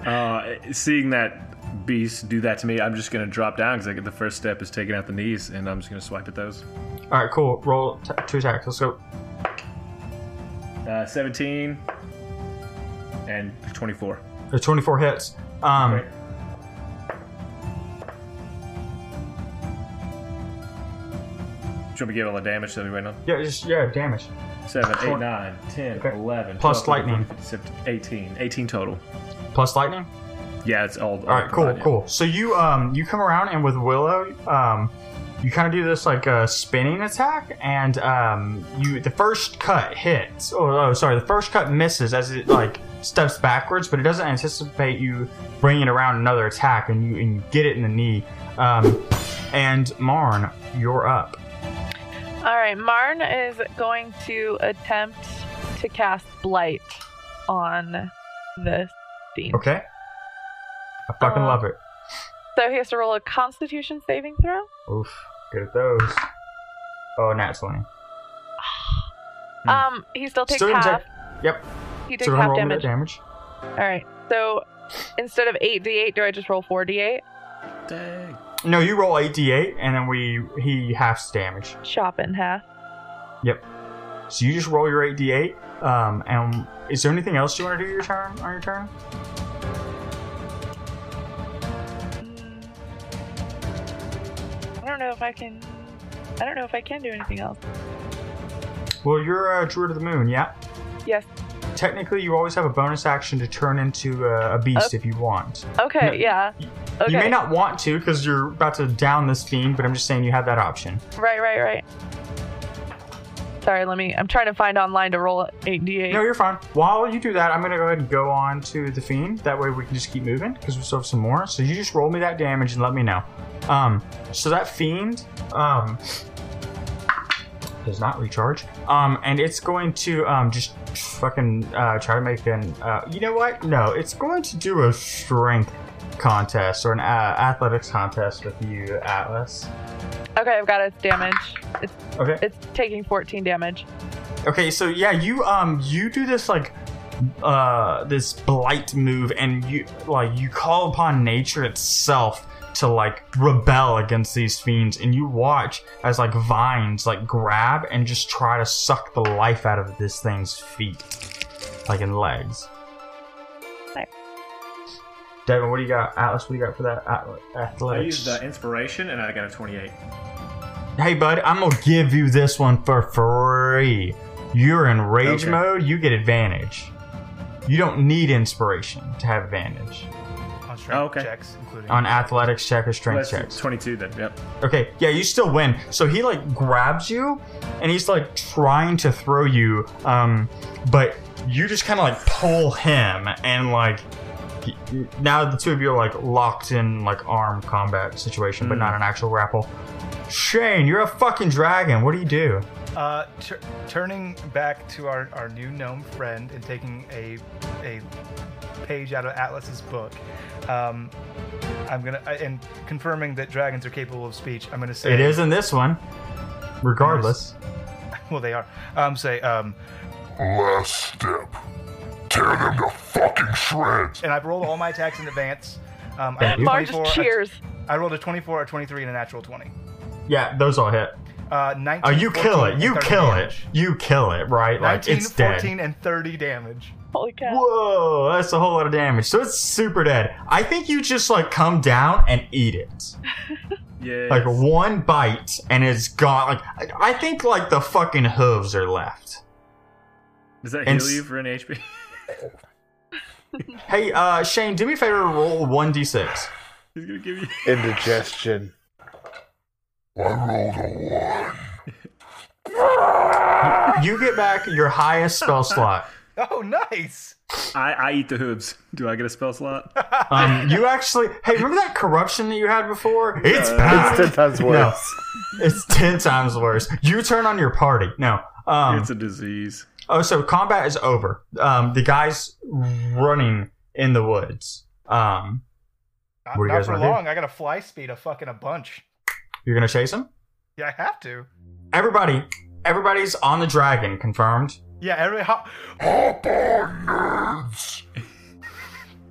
Speaker 2: Uh, seeing that beast do that to me, I'm just gonna drop down because I get the first step is taking out the knees, and I'm just gonna swipe at those.
Speaker 1: Alright, cool, roll t- two attacks, let's go.
Speaker 2: Uh, 17 and 24.
Speaker 1: There are 24 hits. Um,
Speaker 2: Great. you want me to give all the damage that we went on?
Speaker 1: Yeah, just yeah, damage.
Speaker 2: 7, 8, 9, 10,
Speaker 1: Okay.
Speaker 2: 11.
Speaker 1: Plus
Speaker 2: 12,
Speaker 1: lightning.
Speaker 2: 15, 18. 18 total.
Speaker 1: Plus lightning.
Speaker 2: Yeah, it's all.
Speaker 1: All right, cool,
Speaker 2: combined, yeah.
Speaker 1: cool. So you um you come around and with Willow um you kind of do this like uh, spinning attack and um you the first cut hits. Oh, oh, sorry, the first cut misses as it like steps backwards, but it doesn't anticipate you bringing around another attack and you and you get it in the knee. Um, and Marn, you're up.
Speaker 5: All right, Marn is going to attempt to cast blight on this thing.
Speaker 1: Okay. I fucking
Speaker 5: Uh,
Speaker 1: love it.
Speaker 5: So he has to roll a Constitution saving throw.
Speaker 1: Oof, good at those. Oh, nat twenty. Hmm.
Speaker 5: Um, he still takes
Speaker 1: Still gonna
Speaker 5: half.
Speaker 1: take- yep.
Speaker 5: He takes
Speaker 1: So we're gonna
Speaker 5: half
Speaker 1: roll me
Speaker 5: damage.
Speaker 1: that damage.
Speaker 5: All right. So instead of eight d8, do I just roll four d8?
Speaker 2: Dang.
Speaker 1: No, you roll eight d eight, and then we he halves damage.
Speaker 5: Chop in half.
Speaker 1: So you just roll your eight d eight. Um, and is there anything else you want to do your turn on your turn?
Speaker 5: I don't know if I can. I don't know if I can do anything else.
Speaker 1: Well, you're a druid of the moon, yeah.
Speaker 5: Yes.
Speaker 1: Technically, you always have a bonus action to turn into uh, a, a beast
Speaker 5: Oh.
Speaker 1: if you want.
Speaker 5: Okay.
Speaker 1: No.
Speaker 5: yeah. Okay.
Speaker 1: You may not want to because you're about to down this fiend, but I'm just saying you have that option.
Speaker 5: Right. Right. Right. Sorry. Let me. I'm trying to find online to roll eight d8.
Speaker 1: No, you're fine. While you do that, I'm gonna go ahead and go on to the fiend. That way we can just keep moving because we still have some more. So you just roll me that damage and let me know. Um, so that fiend um does not recharge. Um, and it's going to um just fucking uh, try to make an uh, you know what? No, it's going to do a strength contest or an uh, athletics contest with you, Atlas.
Speaker 5: Okay. I've got its damage. It's
Speaker 1: Okay.
Speaker 5: it's taking 14 damage.
Speaker 1: Okay, so yeah, you um you do this like uh this blight move and you like you call upon nature itself to like rebel against these fiends and you watch as like vines like grab and just try to suck the life out of this thing's feet. Like in legs.
Speaker 5: Right.
Speaker 1: Devin, what do you got? Atlas, what do you got for that athle-
Speaker 2: I
Speaker 1: athletics?
Speaker 2: used the inspiration and I got a 28.
Speaker 1: Hey, bud, I'm gonna give you this one for free. You're in rage
Speaker 2: Okay.
Speaker 1: mode, you get advantage. You don't need inspiration to have advantage
Speaker 3: on strength
Speaker 2: Oh, okay.
Speaker 3: checks, including
Speaker 1: on athletics check or
Speaker 2: Well,
Speaker 1: strength
Speaker 2: that's
Speaker 1: checks.
Speaker 2: 22 then. Yep.
Speaker 1: Okay, yeah, you still win. So he like grabs you, and he's like trying to throw you, um, but you just kind of like pull him, and like y- y- now the two of you are like locked in like arm combat situation, but not an actual grapple. Shane, you're a fucking dragon. What do you do?
Speaker 3: Uh, tur turning back to our, our new gnome friend and taking a a page out of Atlas's book, um, I'm gonna I- and confirming that dragons are capable of speech. I'm gonna say
Speaker 1: It is in this one, regardless.
Speaker 3: Well, they are. Um, say um,
Speaker 7: Last step. Tear them to fucking shreds.
Speaker 3: and I've rolled all my attacks in advance. Um, I
Speaker 1: Thank
Speaker 3: rolled
Speaker 1: you.
Speaker 3: a
Speaker 5: Marn
Speaker 3: 24
Speaker 5: just cheers.
Speaker 3: I rolled a 24, a 23, and a natural 20.
Speaker 1: Yeah, those all hit.
Speaker 3: Uh, 19.
Speaker 1: Oh, you kill
Speaker 3: 14,
Speaker 1: it.
Speaker 3: and
Speaker 1: You
Speaker 3: 30
Speaker 1: kill it.
Speaker 3: damage.
Speaker 1: You kill it, right? Like,
Speaker 3: 19,
Speaker 1: it's dead.
Speaker 3: 14, and 30 damage.
Speaker 5: Holy cow.
Speaker 1: Whoa, that's a whole lot of damage. So it's super dead. I think you just, like, come down and eat it.
Speaker 2: Yeah.
Speaker 1: Like, one bite, and it's gone. Like, I I think, like, the fucking hooves are left.
Speaker 2: Does that
Speaker 1: and
Speaker 2: heal
Speaker 1: s-
Speaker 2: you for an HP?
Speaker 1: Hey, uh, Shane, do me a favor roll 1d6.
Speaker 2: *laughs* He's going to give you. *laughs*
Speaker 4: Indigestion.
Speaker 7: I rolled a one.
Speaker 1: You get back your highest spell slot.
Speaker 3: Oh, nice.
Speaker 2: I, I eat the hooves. Do I get a spell slot?
Speaker 1: Um, you actually, hey, remember that corruption that you had before? It's back.
Speaker 4: It's ten
Speaker 1: *laughs*
Speaker 4: times worse.
Speaker 1: It's ten times worse. You turn on your party. No. *laughs* Um,
Speaker 2: it's a disease.
Speaker 1: oh, so combat is over. Um, the guy's running in the woods. Um, What
Speaker 3: Not,
Speaker 1: do you
Speaker 3: not
Speaker 1: guys
Speaker 3: for
Speaker 1: wanna do?
Speaker 3: long. I got to fly speed a fucking a bunch.
Speaker 1: you're gonna chase him.
Speaker 3: Yeah, I have to.
Speaker 1: Everybody, everybody's on the dragon. Confirmed.
Speaker 3: Yeah, every hop.
Speaker 7: Hop on, nerds.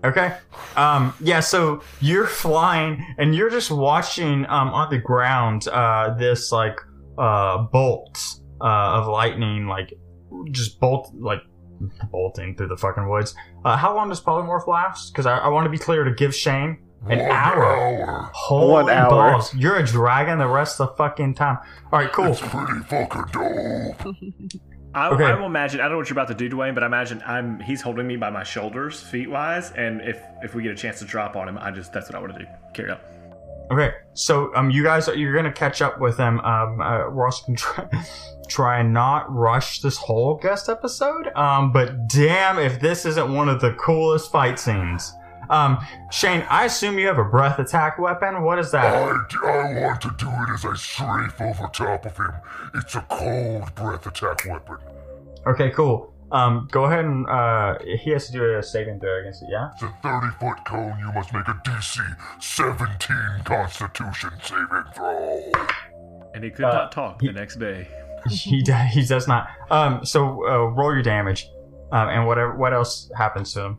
Speaker 1: Okay. Um, yeah, so you're flying and you're just watching um, on the ground uh, this like uh, bolt uh, of lightning, like just bolt, like bolting through the fucking woods. Uh, how long does polymorph last? Because I, I want to be clear to give Shane An
Speaker 7: One
Speaker 1: hour.
Speaker 7: hour.
Speaker 1: Holy
Speaker 4: One hour.
Speaker 1: balls. You're a dragon the rest of the fucking time. All right, cool.
Speaker 7: It's pretty fucking dope.
Speaker 2: I,
Speaker 1: Okay.
Speaker 2: I will imagine. I don't know what you're about to do, Dwayne, but I imagine I'm. He's holding me by my shoulders, feet wise, and if if we get a chance to drop on him, I just that's what I want to do. Carry up.
Speaker 1: Okay, so um, you guys, you're gonna catch up with them. Um, uh, we're also gonna try, *laughs* try and not rush this whole guest episode. Um, but damn, if this isn't one of the coolest fight scenes. Um, Shane, I assume you have a breath attack weapon. What is
Speaker 7: I,
Speaker 1: that?
Speaker 7: I want to do it as I strafe over top of him. It's a cold breath attack weapon.
Speaker 1: Okay, cool. Um, go ahead and uh, he has to do a saving throw against it. Yeah.
Speaker 7: It's a 30 foot cone. You must make a DC 17 Constitution saving throw.
Speaker 2: And he could
Speaker 1: Uh,
Speaker 2: not talk
Speaker 1: he-
Speaker 2: the next day.
Speaker 1: he d- he does not. Um, so uh, roll your damage, um, and whatever what else happens to him.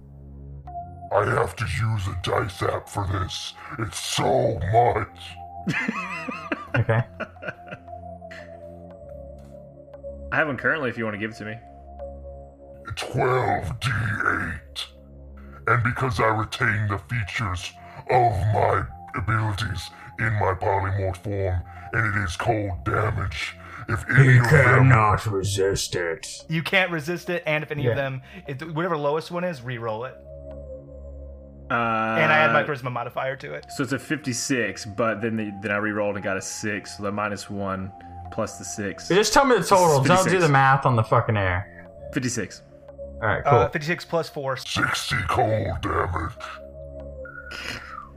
Speaker 7: I have to use a dice app for this. It's so much.
Speaker 1: Okay.
Speaker 2: I have one currently. If you want to give it to me,
Speaker 7: 12d8. And because I retain the features of my abilities in my polymorph form, and it is cold damage, if any of them
Speaker 1: resist it.
Speaker 3: You can't resist it, and if any
Speaker 1: Yeah.
Speaker 3: of them, it, whatever lowest one is, re-roll it.
Speaker 2: uh,
Speaker 3: And I add my charisma modifier to it.
Speaker 2: So it's a 56, but then the, then I re-rolled and got a six, so the minus one plus the six,
Speaker 1: Just tell me the total. Don't do
Speaker 2: 56.
Speaker 1: the math on the fucking air.
Speaker 2: 56.
Speaker 1: All right, cool.
Speaker 3: Uh, 56 plus 4.
Speaker 7: 60 cold damage.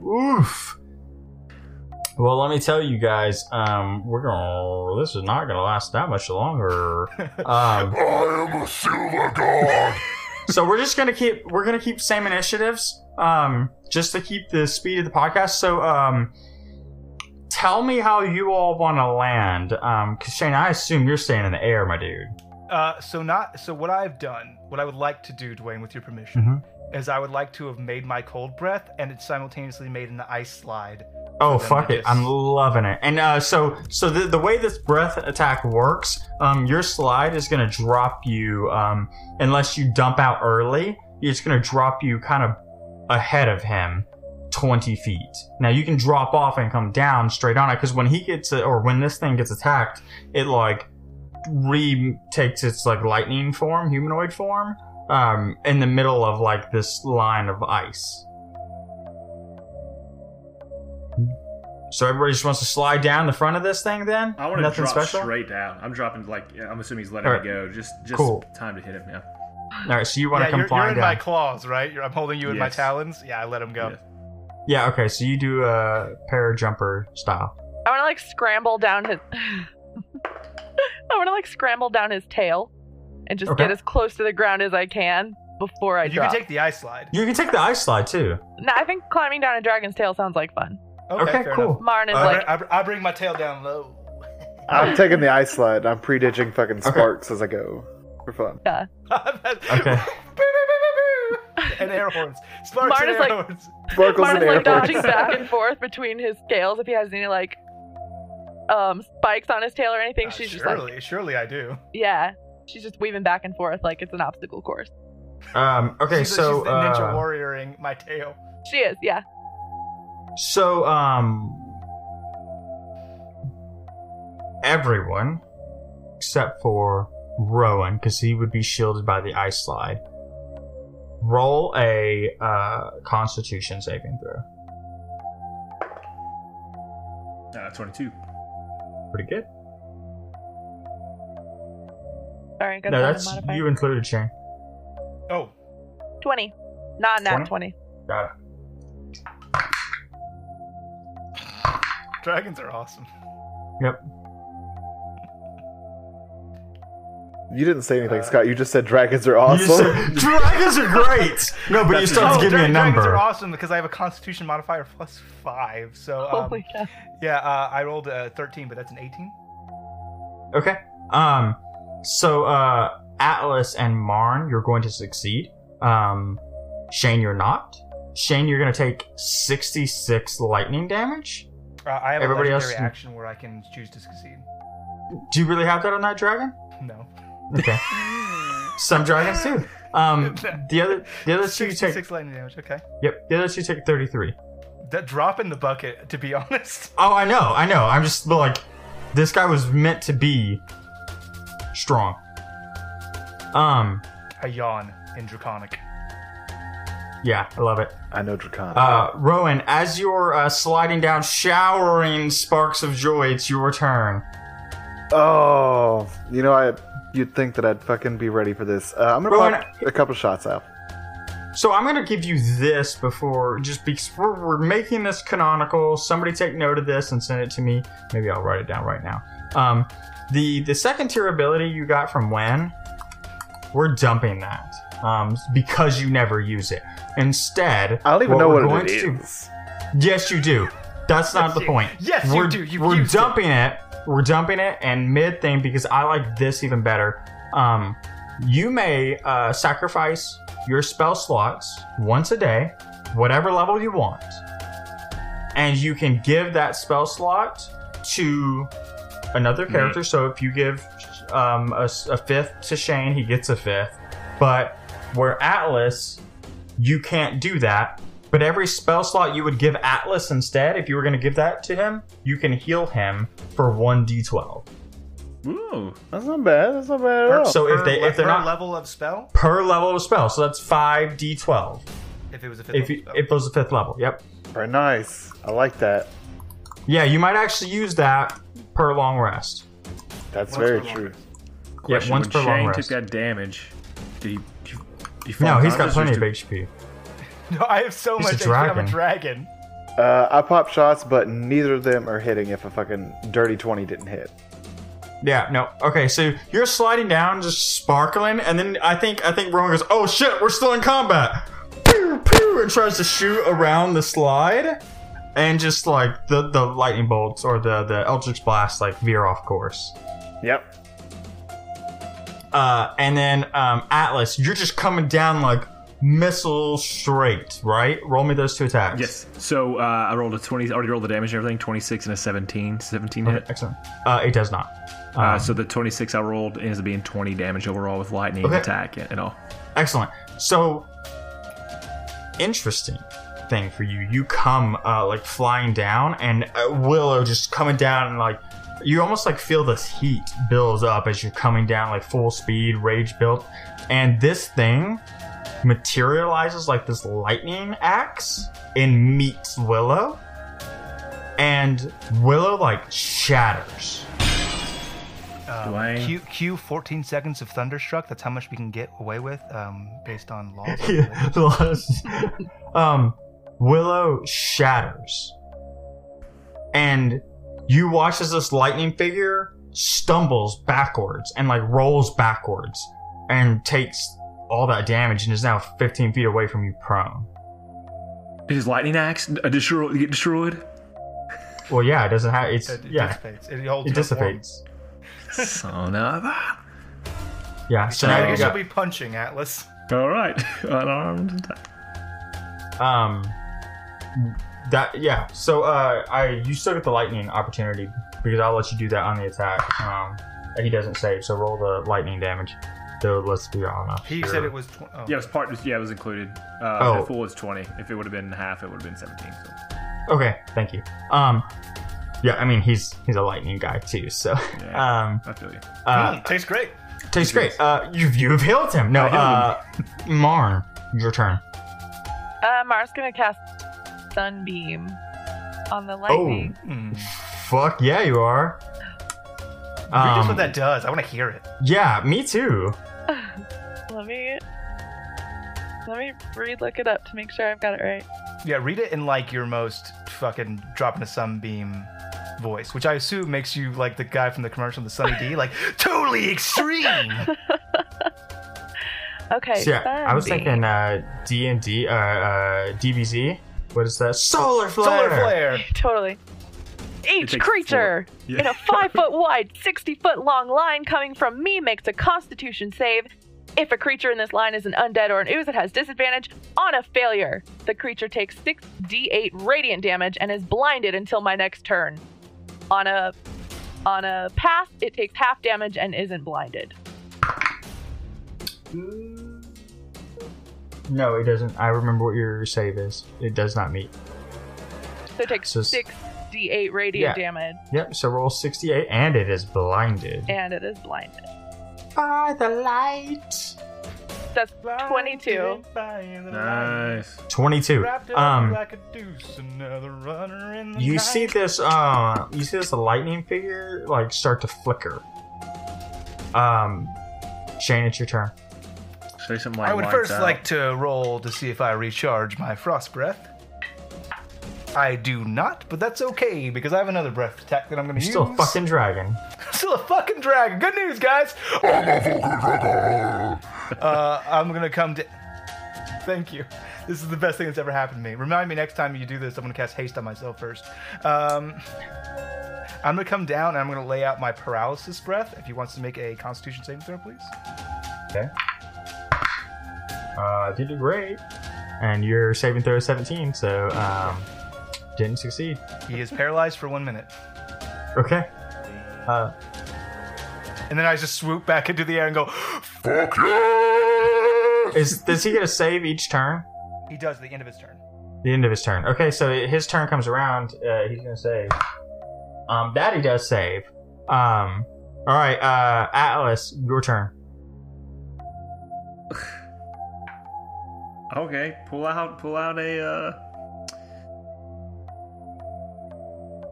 Speaker 1: Oof. Well, let me tell you guys, um, we're gonna. This is not gonna last that much longer. Um,
Speaker 7: I am a silver god. *laughs*
Speaker 1: so we're just gonna keep. We're gonna keep same initiatives, um, just to keep the speed of the podcast. So, um, tell me how you all want to land. Um, 'cause Shane, I assume you're staying in the air, my dude.
Speaker 3: Uh, so not so what I've done, what I would like to do, Dwayne, with your permission,
Speaker 1: Mm-hmm.
Speaker 3: is I would like to have made my cold breath and it's simultaneously made an ice slide.
Speaker 1: Oh
Speaker 3: then
Speaker 1: fuck
Speaker 3: we
Speaker 1: it!
Speaker 3: just-
Speaker 1: I'm loving it. And uh, so, so the, the way this breath attack works, um, your slide is gonna drop you, um, unless you dump out early. It's gonna drop you kind of ahead of him, twenty feet. Now you can drop off and come down straight on it because when he gets a, or when this thing gets attacked, it like re takes its like lightning form, humanoid form, um, in the middle of like this line of ice. So everybody just wants to slide down the front of this thing then?
Speaker 2: I want to
Speaker 1: Nothing
Speaker 2: drop
Speaker 1: special?
Speaker 2: straight down. I'm dropping like I'm assuming he's letting
Speaker 1: Alright.
Speaker 2: me go. Just just
Speaker 1: Cool.
Speaker 2: time to hit him. Yeah.
Speaker 1: Alright, so you want to
Speaker 3: yeah,
Speaker 1: come
Speaker 3: you're,
Speaker 1: flying
Speaker 3: you're in
Speaker 1: down.
Speaker 3: my claws, right? You're, I'm holding you in my
Speaker 2: Yes.
Speaker 3: talons. Yeah, I let him go.
Speaker 2: Yes.
Speaker 1: Yeah, okay, so you do a para jumper style.
Speaker 5: I want to like scramble down his. *laughs* I want to like scramble down his tail, and just
Speaker 1: Okay.
Speaker 5: get as close to the ground as I can before I
Speaker 3: you
Speaker 5: drop.
Speaker 3: can take the ice slide.
Speaker 1: You can take the ice slide too.
Speaker 5: no, I think climbing down a dragon's tail sounds like fun.
Speaker 1: Okay,
Speaker 3: fair
Speaker 1: cool.
Speaker 3: enough.
Speaker 5: Marn is
Speaker 1: Uh,
Speaker 5: like,
Speaker 3: I, I- I bring my tail down low. *laughs*
Speaker 4: I'm taking the ice slide. I'm pre-ditching fucking sparks as I go for fun.
Speaker 1: Okay.
Speaker 3: *laughs* and air horns. Sparks
Speaker 5: Marn
Speaker 3: and
Speaker 5: is
Speaker 3: air
Speaker 5: like-
Speaker 3: horns.
Speaker 4: Sparkles
Speaker 5: Marn
Speaker 4: and
Speaker 5: is like
Speaker 4: air
Speaker 5: dodging
Speaker 4: horns.
Speaker 5: back and forth between his scales if he has any like um spikes on his tail or anything.
Speaker 1: Ah,
Speaker 3: Uh,
Speaker 5: she's just like,
Speaker 3: surely, surely I do.
Speaker 5: yeah, she's just weaving back and forth like it's an obstacle course.
Speaker 1: Um, okay,
Speaker 3: she's,
Speaker 1: so
Speaker 3: she's ninja
Speaker 1: uh,
Speaker 3: warrioring my tail.
Speaker 5: She is, yeah.
Speaker 1: so um everyone except for Rowan, because he would be shielded by the ice slide. Roll a uh, Constitution saving throw.
Speaker 2: Uh, 22.
Speaker 1: Pretty good.
Speaker 5: Sorry, I got
Speaker 1: No, that's you included, Shane.
Speaker 3: Oh,
Speaker 5: twenty, not
Speaker 1: 20?
Speaker 5: nat twenty.
Speaker 1: Got it.
Speaker 3: dragons are awesome.
Speaker 4: You didn't say anything, Scott. You just said dragons are awesome.
Speaker 1: Uh, You said, *laughs* dragons are great. No, but you still have to
Speaker 3: Oh,
Speaker 1: give me a
Speaker 3: dra- Dragons are
Speaker 1: number.
Speaker 3: awesome because I have a Constitution modifier plus five. So um,
Speaker 5: Holy cow!
Speaker 3: yeah, uh, I rolled a thirteen, but that's an eighteen.
Speaker 1: Okay. Um. So, uh, Atlas and Marn, you're going to succeed. Um, Shane, you're not. Shane, you're going to take 66 lightning damage.
Speaker 3: Uh, I have
Speaker 1: Everybody
Speaker 3: a
Speaker 1: else-
Speaker 3: legendary action where I can choose to succeed. *laughs*
Speaker 1: Do you really have that on that dragon?
Speaker 3: No,
Speaker 1: Okay. Some dragons do. Um, the other, the other two take,
Speaker 3: sixty-six lightning damage. Okay.
Speaker 1: yep, the other two take 33.
Speaker 3: that drop in the bucket, to be *laughs* honest.
Speaker 1: Oh, I know, I know. I'm just like, this guy was meant to be strong. Um,
Speaker 3: I yawn in Draconic.
Speaker 1: yeah, I love it.
Speaker 4: I know Dracon.
Speaker 1: Uh, Rowan, as you're uh, sliding down, showering sparks of joy, it's your turn.
Speaker 4: oh, you know, I you'd think that I'd fucking be ready for this. Uh, I'm gonna
Speaker 1: Rowan,
Speaker 4: pop a couple shots out.
Speaker 1: So I'm gonna give you this before, just because we're, we're making this canonical. Somebody take note of this and send it to me. Maybe I'll write it down right now. Um, the the second tier ability you got from Wen, we're dumping that um, because you never use it. Instead,
Speaker 4: I don't even know
Speaker 1: we're
Speaker 4: what
Speaker 1: going
Speaker 4: it
Speaker 1: to do-
Speaker 4: is.
Speaker 1: Yes, you do. That's not the point.
Speaker 3: Yes, you
Speaker 1: we're,
Speaker 3: do. You've
Speaker 1: we're
Speaker 3: used it.
Speaker 1: dumping it. We're dumping it and mid thing because I like this even better. Um, you may uh, sacrifice your spell slots once a day, whatever level you want, and you can give that spell slot to another
Speaker 3: Mm-hmm.
Speaker 1: character. So if you give um, a, s- a fifth to Shane, he gets a fifth. But where Atlas, you can't do that. But every spell slot you would give Atlas instead, if you were going to give that to him, you can heal him for one d12
Speaker 2: Ooh,
Speaker 4: That's not bad. That's not bad at all.
Speaker 1: So if they
Speaker 3: le-
Speaker 1: if they're
Speaker 3: Oh, per
Speaker 1: not
Speaker 3: level of spell,
Speaker 1: per level of spell, so that's five d12.
Speaker 3: if it was a fifth
Speaker 1: If
Speaker 3: level
Speaker 1: you,
Speaker 3: spell.
Speaker 1: if it was the fifth level, yep.
Speaker 4: Very nice. I like that.
Speaker 1: Yeah, you might actually use that per long rest.
Speaker 4: That's
Speaker 3: Once
Speaker 4: very
Speaker 3: per long
Speaker 4: true.
Speaker 3: rest.
Speaker 1: Yeah, once
Speaker 2: when
Speaker 1: per long
Speaker 2: Shane
Speaker 1: rest.
Speaker 2: took that damage, did he? did he fall
Speaker 1: No, he's got
Speaker 2: conscious or
Speaker 1: plenty of HP.
Speaker 2: did-
Speaker 3: *laughs* No, I have so
Speaker 1: He's
Speaker 3: much.
Speaker 1: a
Speaker 3: HP, I'm
Speaker 1: dragon.
Speaker 3: a dragon.
Speaker 4: Uh, I pop shots, but neither of them are hitting. If a fucking dirty twenty didn't hit,
Speaker 1: Yeah, no. Okay, so you're sliding down, just sparkling, and then I think I think Rowan goes, "Oh shit, we're still in combat!" Pew pew, and tries to shoot around the slide, and just like the the lightning bolts or the the eldritch blast like veer off course.
Speaker 4: yep.
Speaker 1: Uh, and then um, Atlas, you're just coming down like missile straight, right? Roll me those two attacks.
Speaker 2: Yes. So uh, I rolled a twenty. Already rolled the damage and everything. Twenty six and a 17. 17
Speaker 1: Okay, um,
Speaker 2: hit.
Speaker 1: excellent. Uh, it does not.
Speaker 2: Uh, so the twenty six I rolled ends up being twenty damage overall with lightning
Speaker 1: Okay.
Speaker 2: attack and, and all.
Speaker 1: Excellent. So, interesting thing for you. You come uh, like flying down, and uh, Willow just coming down, and like you almost like feel this heat builds up as you're coming down, like full speed, rage built, and this thing materializes like this lightning axe and meets Willow, and Willow like shatters. Um,
Speaker 2: Dwayne.
Speaker 3: Q, Q 14 seconds of Thunderstruck. That's how much we can get away with um, based
Speaker 1: *laughs*
Speaker 3: on laws.
Speaker 1: Yeah, lost. *laughs* um, Willow shatters, and you watch as this lightning figure stumbles backwards and like rolls backwards and takes all that damage and is now 15 feet away from you, prone.
Speaker 2: Did his lightning axe uh, destroy, get destroyed?
Speaker 1: Well, yeah, it doesn't have it's
Speaker 3: It, it
Speaker 1: yeah,
Speaker 3: dissipates. It holds
Speaker 1: it
Speaker 3: no form.
Speaker 1: dissipates.
Speaker 2: Son of a.
Speaker 1: Yeah, so
Speaker 3: I
Speaker 1: now you
Speaker 3: guess you'll
Speaker 1: got
Speaker 3: be punching Atlas.
Speaker 2: All right. *laughs* Unarmed attack.
Speaker 1: um that yeah. So uh, I you still get the lightning opportunity because I'll let you do that on the attack. Um, he doesn't save, so roll the lightning damage. Though let's be honest,
Speaker 3: He said it was. Tw- oh.
Speaker 2: Yeah, it was part. Yeah, it was included. Uh,
Speaker 1: Oh.
Speaker 2: The full was twenty. If it would have been half, it would have been seventeen. So.
Speaker 1: Okay, thank you. Um, yeah, I mean he's he's a lightning guy too, so
Speaker 2: Yeah.
Speaker 1: um,
Speaker 2: I feel you.
Speaker 1: uh,
Speaker 3: Mm, tastes great.
Speaker 1: tastes great. Uh, you you've healed him. No, uh, Marn, your turn.
Speaker 5: Uh, Mara's gonna cast Sunbeam on
Speaker 1: Oh.
Speaker 5: the lightning.
Speaker 3: Mm.
Speaker 1: Fuck yeah, you are.
Speaker 3: Read us
Speaker 1: Um,
Speaker 3: what that does. I want to hear it.
Speaker 1: yeah, me too.
Speaker 5: Let me let me re-look it up to make sure I've got it right.
Speaker 3: Yeah, read it in like your most fucking dropping a sunbeam voice, which I assume makes you like the guy from the commercial, the Sunny
Speaker 1: *laughs*
Speaker 3: D, like totally extreme.
Speaker 5: Okay.
Speaker 1: So, yeah, I was
Speaker 5: Sunbeam.
Speaker 1: thinking uh, D and D, uh, uh, DBZ. What is that? Solar flare.
Speaker 3: Solar flare.
Speaker 5: Totally. Each
Speaker 2: takes
Speaker 5: creature
Speaker 2: Yeah.
Speaker 5: in a
Speaker 2: *laughs*
Speaker 5: five foot wide, 60 foot long line coming from me makes a constitution save. If a creature in this line is an undead or an ooze, it has disadvantage on a failure. The creature takes 6d8 radiant damage and is blinded until my next turn. On a on a pass, it takes half damage and isn't blinded.
Speaker 1: No, it doesn't. I remember what your save is. It does not meet.
Speaker 5: So it takes
Speaker 1: So s-
Speaker 5: six d8 radiant
Speaker 1: Yeah.
Speaker 5: damage,
Speaker 1: Yep, so roll 68, and it is blinded.
Speaker 5: and it is blinded.
Speaker 1: By the light!
Speaker 5: That's 22.
Speaker 2: Nice.
Speaker 1: 22. Um, you see this, uh, you see this lightning figure, like, start to flicker. Um, Shane, it's your turn.
Speaker 2: Say something like
Speaker 3: I would
Speaker 2: lights
Speaker 3: first
Speaker 2: out.
Speaker 3: like to roll to see if I recharge my frost breath. I do not, but that's okay because I have another breath attack that I'm going to
Speaker 1: You're
Speaker 3: use.
Speaker 1: still a fucking dragon.
Speaker 3: *laughs* still a fucking dragon. Good news,
Speaker 1: *laughs*
Speaker 3: guys.
Speaker 7: I'm a fucking dragon.
Speaker 3: Uh, I'm going to come to. Thank you. This is the best thing that's ever happened to me. Remind me next time you do this, I'm going to cast haste on myself first. Um, I'm going to come down and I'm going to lay out my paralysis breath. If you wants to make a Constitution saving throw, please.
Speaker 1: Okay. Uh, you did great. And your saving throw is 17, so, um, didn't succeed.
Speaker 3: He is paralyzed for one minute.
Speaker 1: Okay. Uh,
Speaker 3: And then I just swoop back into the air and go,
Speaker 7: Fuck yes!
Speaker 1: is, does he get a save each turn?
Speaker 3: he does at the end of his turn.
Speaker 1: The end of his turn. Okay, so his turn comes around. Uh, he's gonna save. Um, that he does save. Um, all right, uh, Atlas, your turn.
Speaker 2: Okay, pull out, pull out a. Uh...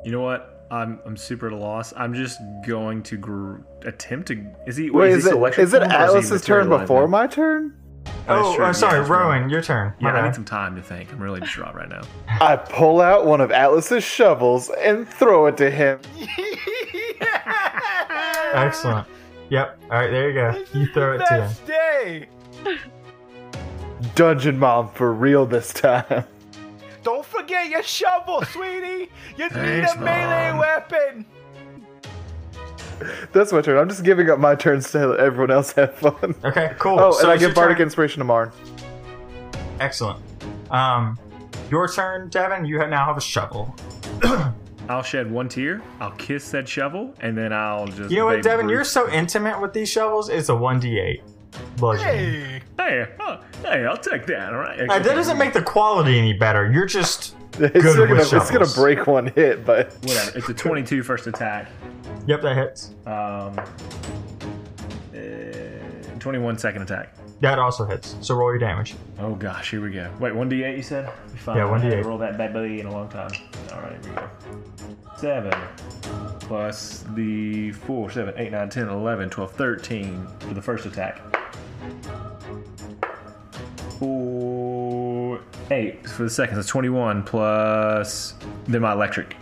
Speaker 2: You know what? I'm I'm super at a loss. I'm just going to gr- attempt to. Is he?
Speaker 4: Wait,
Speaker 2: he
Speaker 4: is, it
Speaker 2: selected
Speaker 4: is it
Speaker 2: form or he
Speaker 4: Atlas's turn
Speaker 2: materialized
Speaker 4: before
Speaker 2: now?
Speaker 4: my turn?
Speaker 2: that's
Speaker 1: Oh,
Speaker 2: true.
Speaker 1: uh, sorry,
Speaker 2: Yeah, that's
Speaker 1: Rowan,
Speaker 2: Rowan.
Speaker 1: your turn.
Speaker 2: Yeah, I
Speaker 1: My
Speaker 2: need
Speaker 1: bad.
Speaker 2: some time to think. I'm really distraught right now.
Speaker 4: I pull out one of Atlas's shovels and throw it to him.
Speaker 1: Excellent. Yep. All right, there you go. You throw it to him.
Speaker 3: Best day.
Speaker 4: Dungeon Mom for real this time. *laughs*
Speaker 3: Don't forget your shovel, sweetie. You need
Speaker 2: Thanks,
Speaker 3: a melee
Speaker 2: Mom.
Speaker 3: weapon.
Speaker 4: That's my turn. I'm just giving up my turns to let everyone else have fun.
Speaker 1: Okay, cool.
Speaker 4: Oh,
Speaker 1: So
Speaker 4: and I
Speaker 1: it's
Speaker 4: give
Speaker 1: your
Speaker 4: Bardic
Speaker 1: turn.
Speaker 4: Inspiration to Marn.
Speaker 1: Excellent. Um, your turn, Devin. You ha- now have a shovel.
Speaker 2: I'll shed one tear. I'll kiss that shovel, and then I'll just.
Speaker 1: You know what,
Speaker 2: Babe
Speaker 1: Devin? You're
Speaker 2: Ruth-
Speaker 1: so intimate with these shovels. It's a one d eight. Bludgeoning.
Speaker 3: Hey.
Speaker 2: Hey, huh, hey, I'll take that. All right.
Speaker 1: Uh, that doesn't make the quality any better. You're just
Speaker 4: *laughs* It's,
Speaker 1: Good
Speaker 4: still gonna,
Speaker 1: with
Speaker 4: it's gonna
Speaker 1: shovels.
Speaker 4: break one hit, but
Speaker 2: Whatever. It's a 22 first attack.
Speaker 1: yep. That hits.
Speaker 2: Um. uh, 21 second attack.
Speaker 1: That also hits. So roll your damage.
Speaker 2: Oh gosh, here we go. Wait, one d8 you said? We Fine.
Speaker 1: Yeah, 1d8.
Speaker 2: I haven't Rolled that bad boy in a long time. All right, here we go. Seven plus the four, seven, eight, nine, ten, eleven, twelve, thirteen for the first attack. Four, eight for the second. That's twenty-one plus then my electric.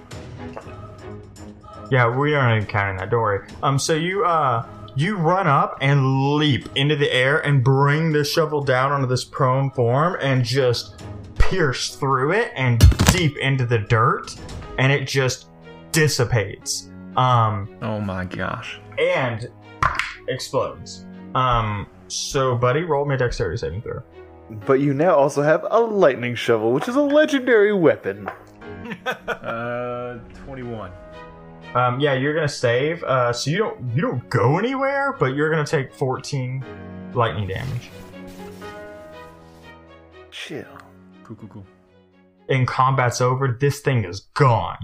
Speaker 1: Yeah, we don't even count in that. Don't worry. Um, so you uh, you run up and leap into the air and bring the shovel down onto this prone form and just pierce through it and deep into the dirt, and it just dissipates. Um,
Speaker 2: Oh my gosh. *laughs*
Speaker 1: and explodes. Um, so buddy, roll me a dexterity saving throw.
Speaker 4: but you now also have a lightning shovel, which is a legendary weapon.
Speaker 2: Uh, twenty-one.
Speaker 1: Um, yeah, you're gonna save. Uh, so you don't you don't go anywhere, but you're gonna take 14 lightning damage.
Speaker 4: Chill.
Speaker 2: Cool, cool, cool.
Speaker 1: and combat's over, this thing is gone.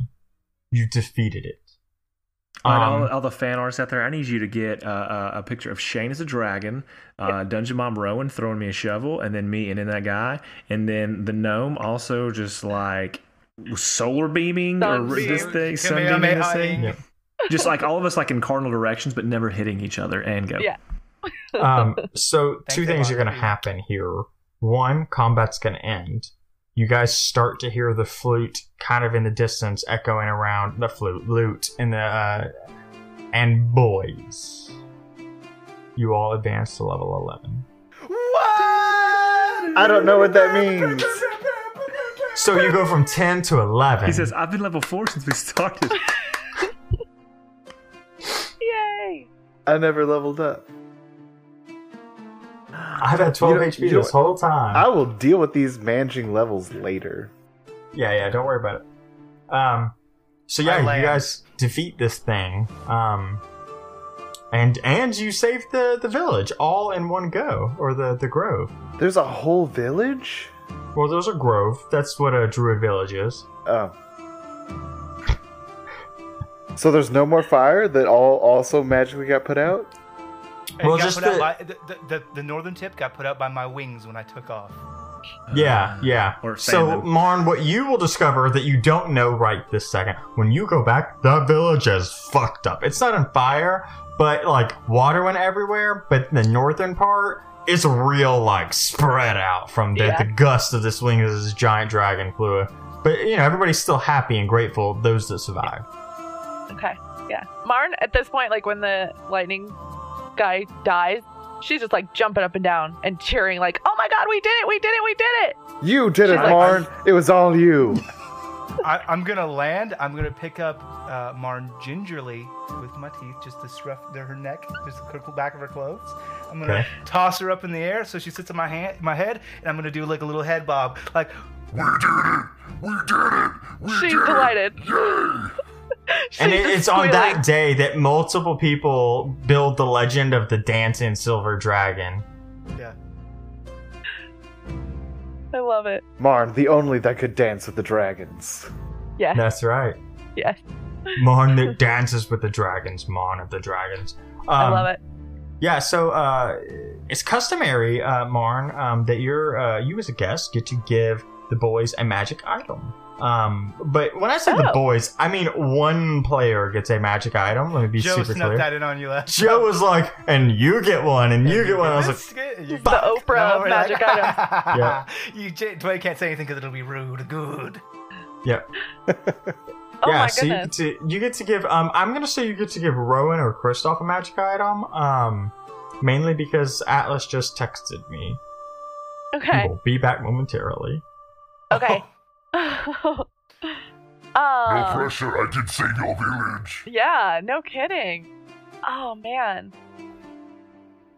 Speaker 1: You defeated it.
Speaker 2: All right, all,
Speaker 1: Um,
Speaker 2: all the fan artists out there, I need you to get uh, uh, a picture of Shane as a dragon, uh, Dungeon Mom Rowan throwing me a shovel, and then me and then that guy, and then the gnome also just like solar beaming or
Speaker 5: Sunbeam.
Speaker 2: this thing, sunbeaming this thing,
Speaker 3: Kamehameha.
Speaker 2: just like all of us like in cardinal directions, but never hitting each other. And go.
Speaker 5: Yeah.
Speaker 1: um,
Speaker 4: *laughs*
Speaker 1: so
Speaker 3: Thanks,
Speaker 1: two things are going to
Speaker 3: Elon.
Speaker 1: happen here. One, combat's going to end. You guys start to hear the flute kind of in the distance, echoing around the flute, lute, and the uh, and boys. You all advance to level eleven.
Speaker 3: What?
Speaker 4: I don't know what that means.
Speaker 1: So you go from ten to eleven.
Speaker 2: He says, "I've been level four since we started."
Speaker 5: Yay!
Speaker 4: I never leveled up.
Speaker 1: "I've had twelve
Speaker 4: You know-
Speaker 1: HP
Speaker 4: you know
Speaker 1: this whole time."
Speaker 4: I will deal with these managing levels later.
Speaker 1: Yeah, yeah, don't worry about it. Um, so
Speaker 3: I
Speaker 1: yeah, you
Speaker 3: land.
Speaker 1: guys defeat this thing. Um, and and you save the the village all in one go, or the the grove.
Speaker 4: There's a whole village?
Speaker 1: Well, there's a grove. That's what a druid village is.
Speaker 4: Oh. *laughs* So there's no more fire that all also magically got put out?
Speaker 3: It
Speaker 1: Well,
Speaker 3: got
Speaker 1: just
Speaker 3: put out
Speaker 1: the-
Speaker 3: by- the, the, the, the northern tip got put out by my wings when I took off.
Speaker 1: Yeah, yeah.
Speaker 2: Uh, or
Speaker 1: so,
Speaker 2: famine.
Speaker 1: Marn, what you will discover that you don't know right this second, when you go back, the village is fucked up. It's not on fire, but like water went everywhere, but the northern part is real like spread out from the,
Speaker 5: Yeah.
Speaker 1: the gust of this wing of this giant dragon flew. But you know, everybody's still happy and grateful, those that survived.
Speaker 5: Okay. Yeah. Marn, at this point, like when the lightning guy dies, she's just like jumping up and down and cheering, like, "Oh my god, we did it! We did it! We did it!"
Speaker 4: You did it,
Speaker 5: She's like-
Speaker 4: Marn. It was all you.
Speaker 3: I, I'm gonna land. I'm gonna pick up uh, Marn gingerly with my teeth, just to scruff their- her neck, just the crinkle back of her clothes. I'm gonna
Speaker 1: Okay.
Speaker 3: toss her up in the air so she sits on my hand, my head, and I'm gonna do like a little head bob, like
Speaker 7: We did it! We did it! We
Speaker 5: She's
Speaker 7: did
Speaker 5: delighted.
Speaker 7: It! Yay!
Speaker 5: She's
Speaker 1: And it,
Speaker 5: just
Speaker 1: it's on
Speaker 5: squealing.
Speaker 1: that day that multiple people build the legend of the dancing silver dragon.
Speaker 3: yeah.
Speaker 5: I love it.
Speaker 4: Marn, the only that could dance with the dragons.
Speaker 5: *laughs* Yes.
Speaker 1: That's right.
Speaker 5: Yes.
Speaker 1: Mon
Speaker 5: *laughs*
Speaker 1: that dances with the dragons. Mon of the dragons. Um,
Speaker 5: I love it.
Speaker 1: Yeah, so uh, it's customary, uh, Marn, um, that you're uh, you as a guest get to give the boys a magic item. Um, but when I say the
Speaker 5: Oh.
Speaker 1: boys, I mean one player gets a magic item. Let me be
Speaker 3: Joe
Speaker 1: super
Speaker 3: snuck
Speaker 1: clear.
Speaker 3: that in on you last.
Speaker 1: Joe was like, "And you get one, and you get one." I was like,
Speaker 3: like,
Speaker 5: The Oprah magic
Speaker 1: *laughs*
Speaker 5: item.
Speaker 1: Yeah.
Speaker 3: You j- Dwayne can't say anything because it'll be rude. Good.
Speaker 5: Oh
Speaker 1: yeah,
Speaker 5: my
Speaker 1: so you
Speaker 5: goodness.
Speaker 1: get, to, you get to give. Um, I'm gonna say you get to give Rowan or Kristoff a magic item. Um, mainly because Atlas just texted me.
Speaker 5: Okay.
Speaker 1: We'll be back momentarily. *laughs*
Speaker 5: Okay. *laughs*
Speaker 7: No
Speaker 5: um,
Speaker 7: pressure, I did save your village.
Speaker 5: yeah, no kidding. Oh man.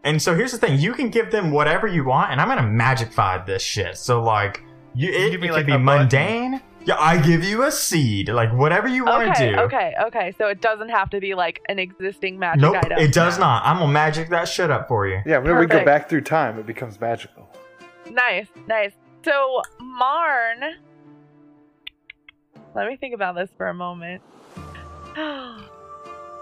Speaker 1: And so here's the thing: you can give them whatever you want, and I'm gonna magicify this shit. So like, you it,
Speaker 3: give
Speaker 1: it
Speaker 3: me,
Speaker 1: can
Speaker 3: like,
Speaker 1: be
Speaker 3: a button.
Speaker 1: mundane. Yeah, I give you a seed, like whatever you want to
Speaker 5: Okay,
Speaker 1: do.
Speaker 5: okay, okay. So it doesn't have to be like an existing magic
Speaker 1: Nope,
Speaker 5: item.
Speaker 1: it does not. I'm gonna magic that shit up for you.
Speaker 4: Yeah, whenever we go
Speaker 5: Perfect.
Speaker 4: back through time, it becomes magical.
Speaker 5: Nice, nice. So Marn, let me think about this for a moment. *gasps*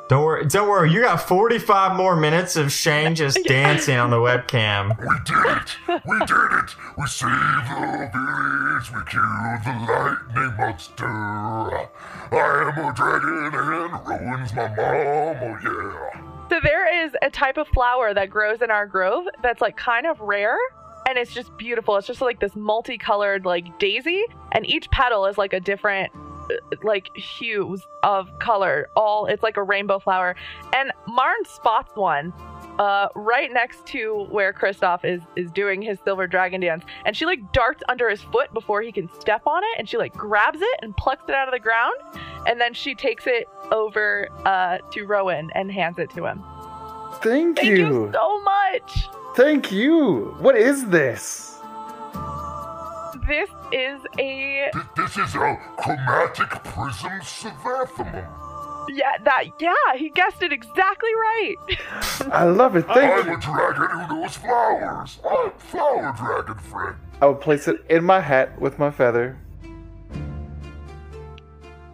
Speaker 1: Don't worry. Don't worry. You got 45 more minutes of
Speaker 5: *laughs*
Speaker 1: Shane just dancing on the webcam.
Speaker 7: We did it! We did it! We saved the village! We killed the lightning monster! I am a dragon and Rowan's my mom, oh yeah!
Speaker 5: So there is a type of flower that grows in our grove that's like kind of rare and it's just beautiful. It's just like this multicolored like daisy and each petal is like a different uh, like hues of color. All it's like a rainbow flower and Marn spots one uh right next to where Kristoff is is doing his silver dragon dance and she like darts under his foot before he can step on it and she like grabs it and plucks it out of the ground and then she takes it over uh, to Rowan and hands it to him.
Speaker 4: Thank,
Speaker 5: Thank you,
Speaker 4: you.
Speaker 5: so much.
Speaker 4: Thank you. What is this?
Speaker 5: This is a
Speaker 7: Th- This is a chromatic prism savathimum.
Speaker 5: yeah that yeah he guessed it exactly right. *laughs*
Speaker 4: I love it. Thank
Speaker 7: I'm
Speaker 4: you.
Speaker 7: a dragon who knows flowers. I'm flower dragon friend.
Speaker 4: I will place it in my hat with my feather.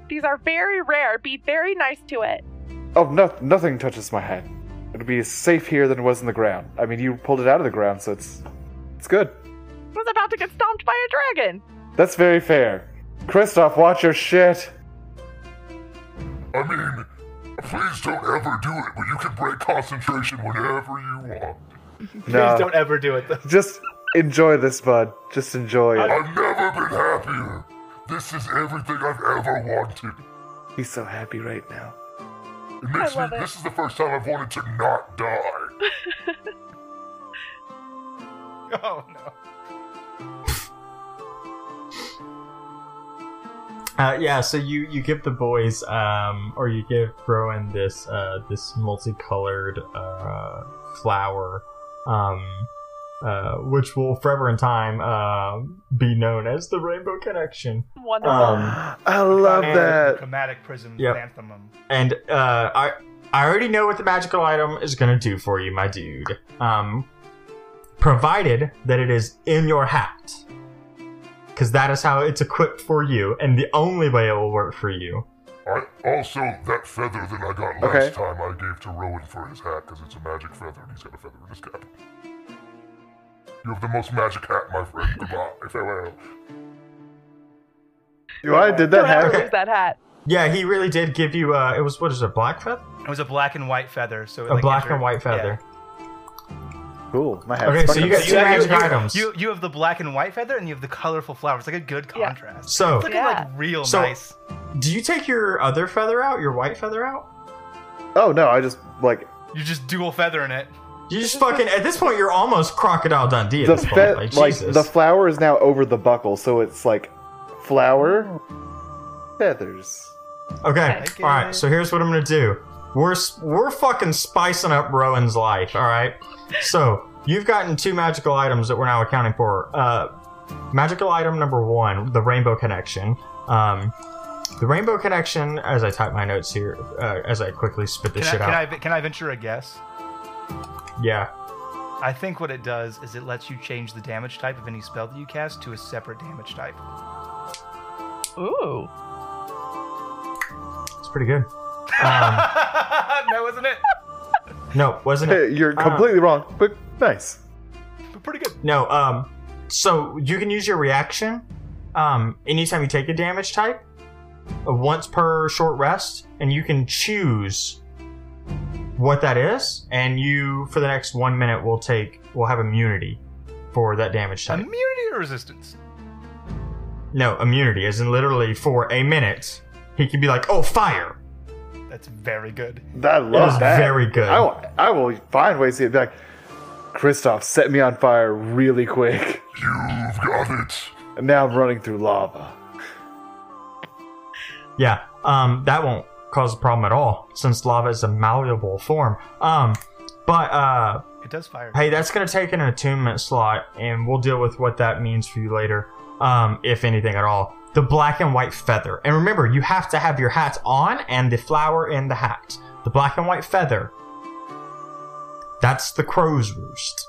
Speaker 5: These are very rare. Be very nice to it.
Speaker 4: Oh, no, nothing touches my hat. It'll be safe here than it was in the ground. I mean, you pulled it out of the ground, so it's it's good.
Speaker 5: I was about to get stomped by a dragon.
Speaker 4: That's very fair. Kristoff, watch your shit.
Speaker 7: I mean, please don't ever do it, but you can break concentration whenever you want.
Speaker 4: No,
Speaker 3: Please don't ever do it. Though. *laughs*
Speaker 4: just enjoy this, bud. Just enjoy it.
Speaker 7: I've never been happier. This is everything I've ever wanted.
Speaker 4: He's so happy right
Speaker 1: *gasps*
Speaker 4: now.
Speaker 7: It makes me,
Speaker 5: love it.
Speaker 7: This is the first time I've wanted to not die.
Speaker 3: Oh no.
Speaker 1: Uh, yeah. So you you give the boys, um, or you give Rowan this uh, this multicolored uh, flower, um, uh, which will forever in time uh, be known as the Rainbow Connection.
Speaker 5: Wonderful.
Speaker 1: Um,
Speaker 4: I love
Speaker 3: And the
Speaker 4: that.
Speaker 3: Chromatic prism
Speaker 1: Yep.
Speaker 3: anthem.
Speaker 1: and uh, I I already know what the magical item is gonna do for you, my dude. Um, provided that it is in your hat, because that is how it's equipped for you, and the only way it will work for you.
Speaker 7: I also that feather that I got last
Speaker 4: Okay.
Speaker 7: time I gave to Rowan for his hat because it's a magic feather and he's got a feather in his cap. You have the most magic hat, my
Speaker 5: *laughs*
Speaker 7: friend. Goodbye. Farewell.
Speaker 4: Do I did that
Speaker 5: Don't ever
Speaker 4: happen?
Speaker 5: lose that hat.
Speaker 1: Yeah, he really did give you. Uh, it was what is it, black feather?
Speaker 3: It was a black and white feather, so it,
Speaker 1: A
Speaker 3: like,
Speaker 1: black
Speaker 3: entered-
Speaker 1: and white feather.
Speaker 4: Cool. My hat's
Speaker 1: Okay, so
Speaker 4: fucking
Speaker 1: you got
Speaker 3: yeah.
Speaker 1: two
Speaker 3: So you-
Speaker 1: magic
Speaker 3: you-
Speaker 1: items.
Speaker 3: You you have the black and white feather, and you have the colorful flowers. Like a good
Speaker 5: Yeah.
Speaker 3: contrast.
Speaker 1: So,
Speaker 3: It's looking
Speaker 5: Yeah.
Speaker 3: like real
Speaker 1: So-
Speaker 3: nice.
Speaker 1: do you take your other feather out, your white feather out?
Speaker 4: Oh no, I just like
Speaker 3: You just dual feather in it.
Speaker 1: You just fucking at this point you're almost crocodile Dundee at
Speaker 4: the
Speaker 1: this
Speaker 4: fe-
Speaker 1: point.
Speaker 4: like,
Speaker 1: like, Jesus.
Speaker 4: the flower is now over the buckle, so it's like flower feathers.
Speaker 1: okay.
Speaker 3: Okay.
Speaker 1: All right. So here's what I'm gonna do. We're s- we're fucking spicing up Rowan's life. All right. So you've gotten two magical items that we're now accounting for. Uh, magical item number one, the rainbow connection. Um, the rainbow connection. As I type my notes here, uh, as I quickly spit this
Speaker 3: Can I,
Speaker 1: shit
Speaker 3: can
Speaker 1: out.
Speaker 3: I can I venture a guess?
Speaker 1: yeah.
Speaker 3: I think what it does is it lets you change the damage type of any spell that you cast to a separate damage type.
Speaker 5: Ooh.
Speaker 1: It's pretty good. Um,
Speaker 3: *laughs* no, isn't it?
Speaker 1: no, wasn't it?
Speaker 4: Hey, you're completely wrong, but nice.
Speaker 3: But pretty good.
Speaker 1: No, um, so you can use your reaction um, anytime you take a damage type, uh, once per short rest, and you can choose what that is. And you, for the next one minute, will take will have immunity for that damage type.
Speaker 4: Mm-hmm.
Speaker 3: Immunity or resistance?
Speaker 1: no, immunity, as in literally for a minute, he can be like, "Oh, fire!"
Speaker 3: That's very good.
Speaker 4: I
Speaker 1: was
Speaker 4: love that.
Speaker 1: very good.
Speaker 4: I will, I will find ways to be like, Kristoff, set me on fire really quick.
Speaker 7: You've got it.
Speaker 4: And now I'm running through lava.
Speaker 1: Yeah, um, that won't cause a problem at all since lava is a malleable form. Um, but uh.
Speaker 3: It does fire.
Speaker 1: Hey, that's going to take an attunement slot, and we'll deal with what that means for you later, um, if anything at all. The black and white feather. And remember, you have to have your hat on and the flower in the hat. The black and white feather. That's the crow's roost.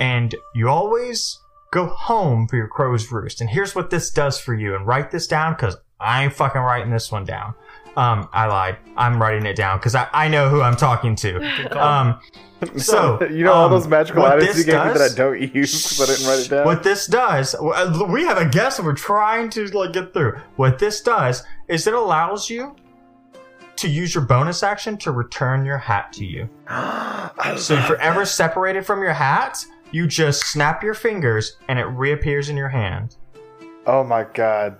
Speaker 1: And you always go home for your crow's roost. And here's what this does for you. And write this down because I ain't fucking writing this one down. Um, I lied. I'm writing it down because I, I know who I'm talking to. Um, so
Speaker 4: *laughs* you know all
Speaker 1: um,
Speaker 4: those magical
Speaker 1: what
Speaker 4: items you
Speaker 1: this
Speaker 4: gave me that I
Speaker 1: does-
Speaker 4: don't use *laughs* because I didn't write it down.
Speaker 1: What this does, well, we have a guess, and we're trying to like get through. What this does is it allows you to use your bonus action to return your hat to you. so if you're ever separated from your hat, you just snap your fingers and it reappears in your hand.
Speaker 4: Oh my god.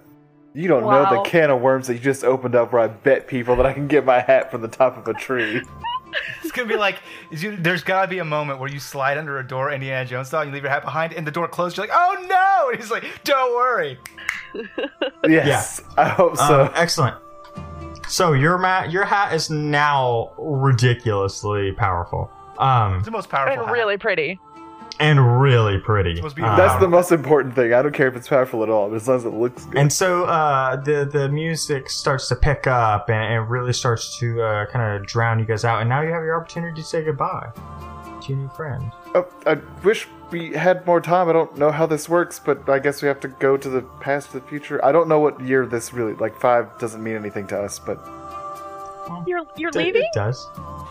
Speaker 4: You don't know
Speaker 5: Wow.
Speaker 4: the can of worms that you just opened up where I bet people that I can get my hat from the top of a tree.
Speaker 3: It's gonna be like is you, there's gotta be a moment where you slide under a door, Indiana Jones style, and you leave your hat behind, and the door closed. You're like, oh no! And he's like, don't worry.
Speaker 4: Yes. I hope so.
Speaker 1: Um, excellent. So your mat, your hat is now ridiculously powerful. Um,
Speaker 3: It's the most powerful.
Speaker 5: And
Speaker 3: hat.
Speaker 5: really pretty.
Speaker 1: and really pretty. Um,
Speaker 3: Must be- That's
Speaker 4: That's the most important thing. I don't care if it's powerful at all, but as long as it looks good.
Speaker 1: And so uh, the the music starts to pick up and it really starts to uh, kind of drown you guys out. And now you have your opportunity to say goodbye to your new friend.
Speaker 4: Oh, I wish we had more time. I don't know how this works, but I guess we have to go to the past to the future. I don't know what year this really like five doesn't mean anything to us, but
Speaker 5: You're you're
Speaker 1: D-
Speaker 5: leaving?
Speaker 1: It does.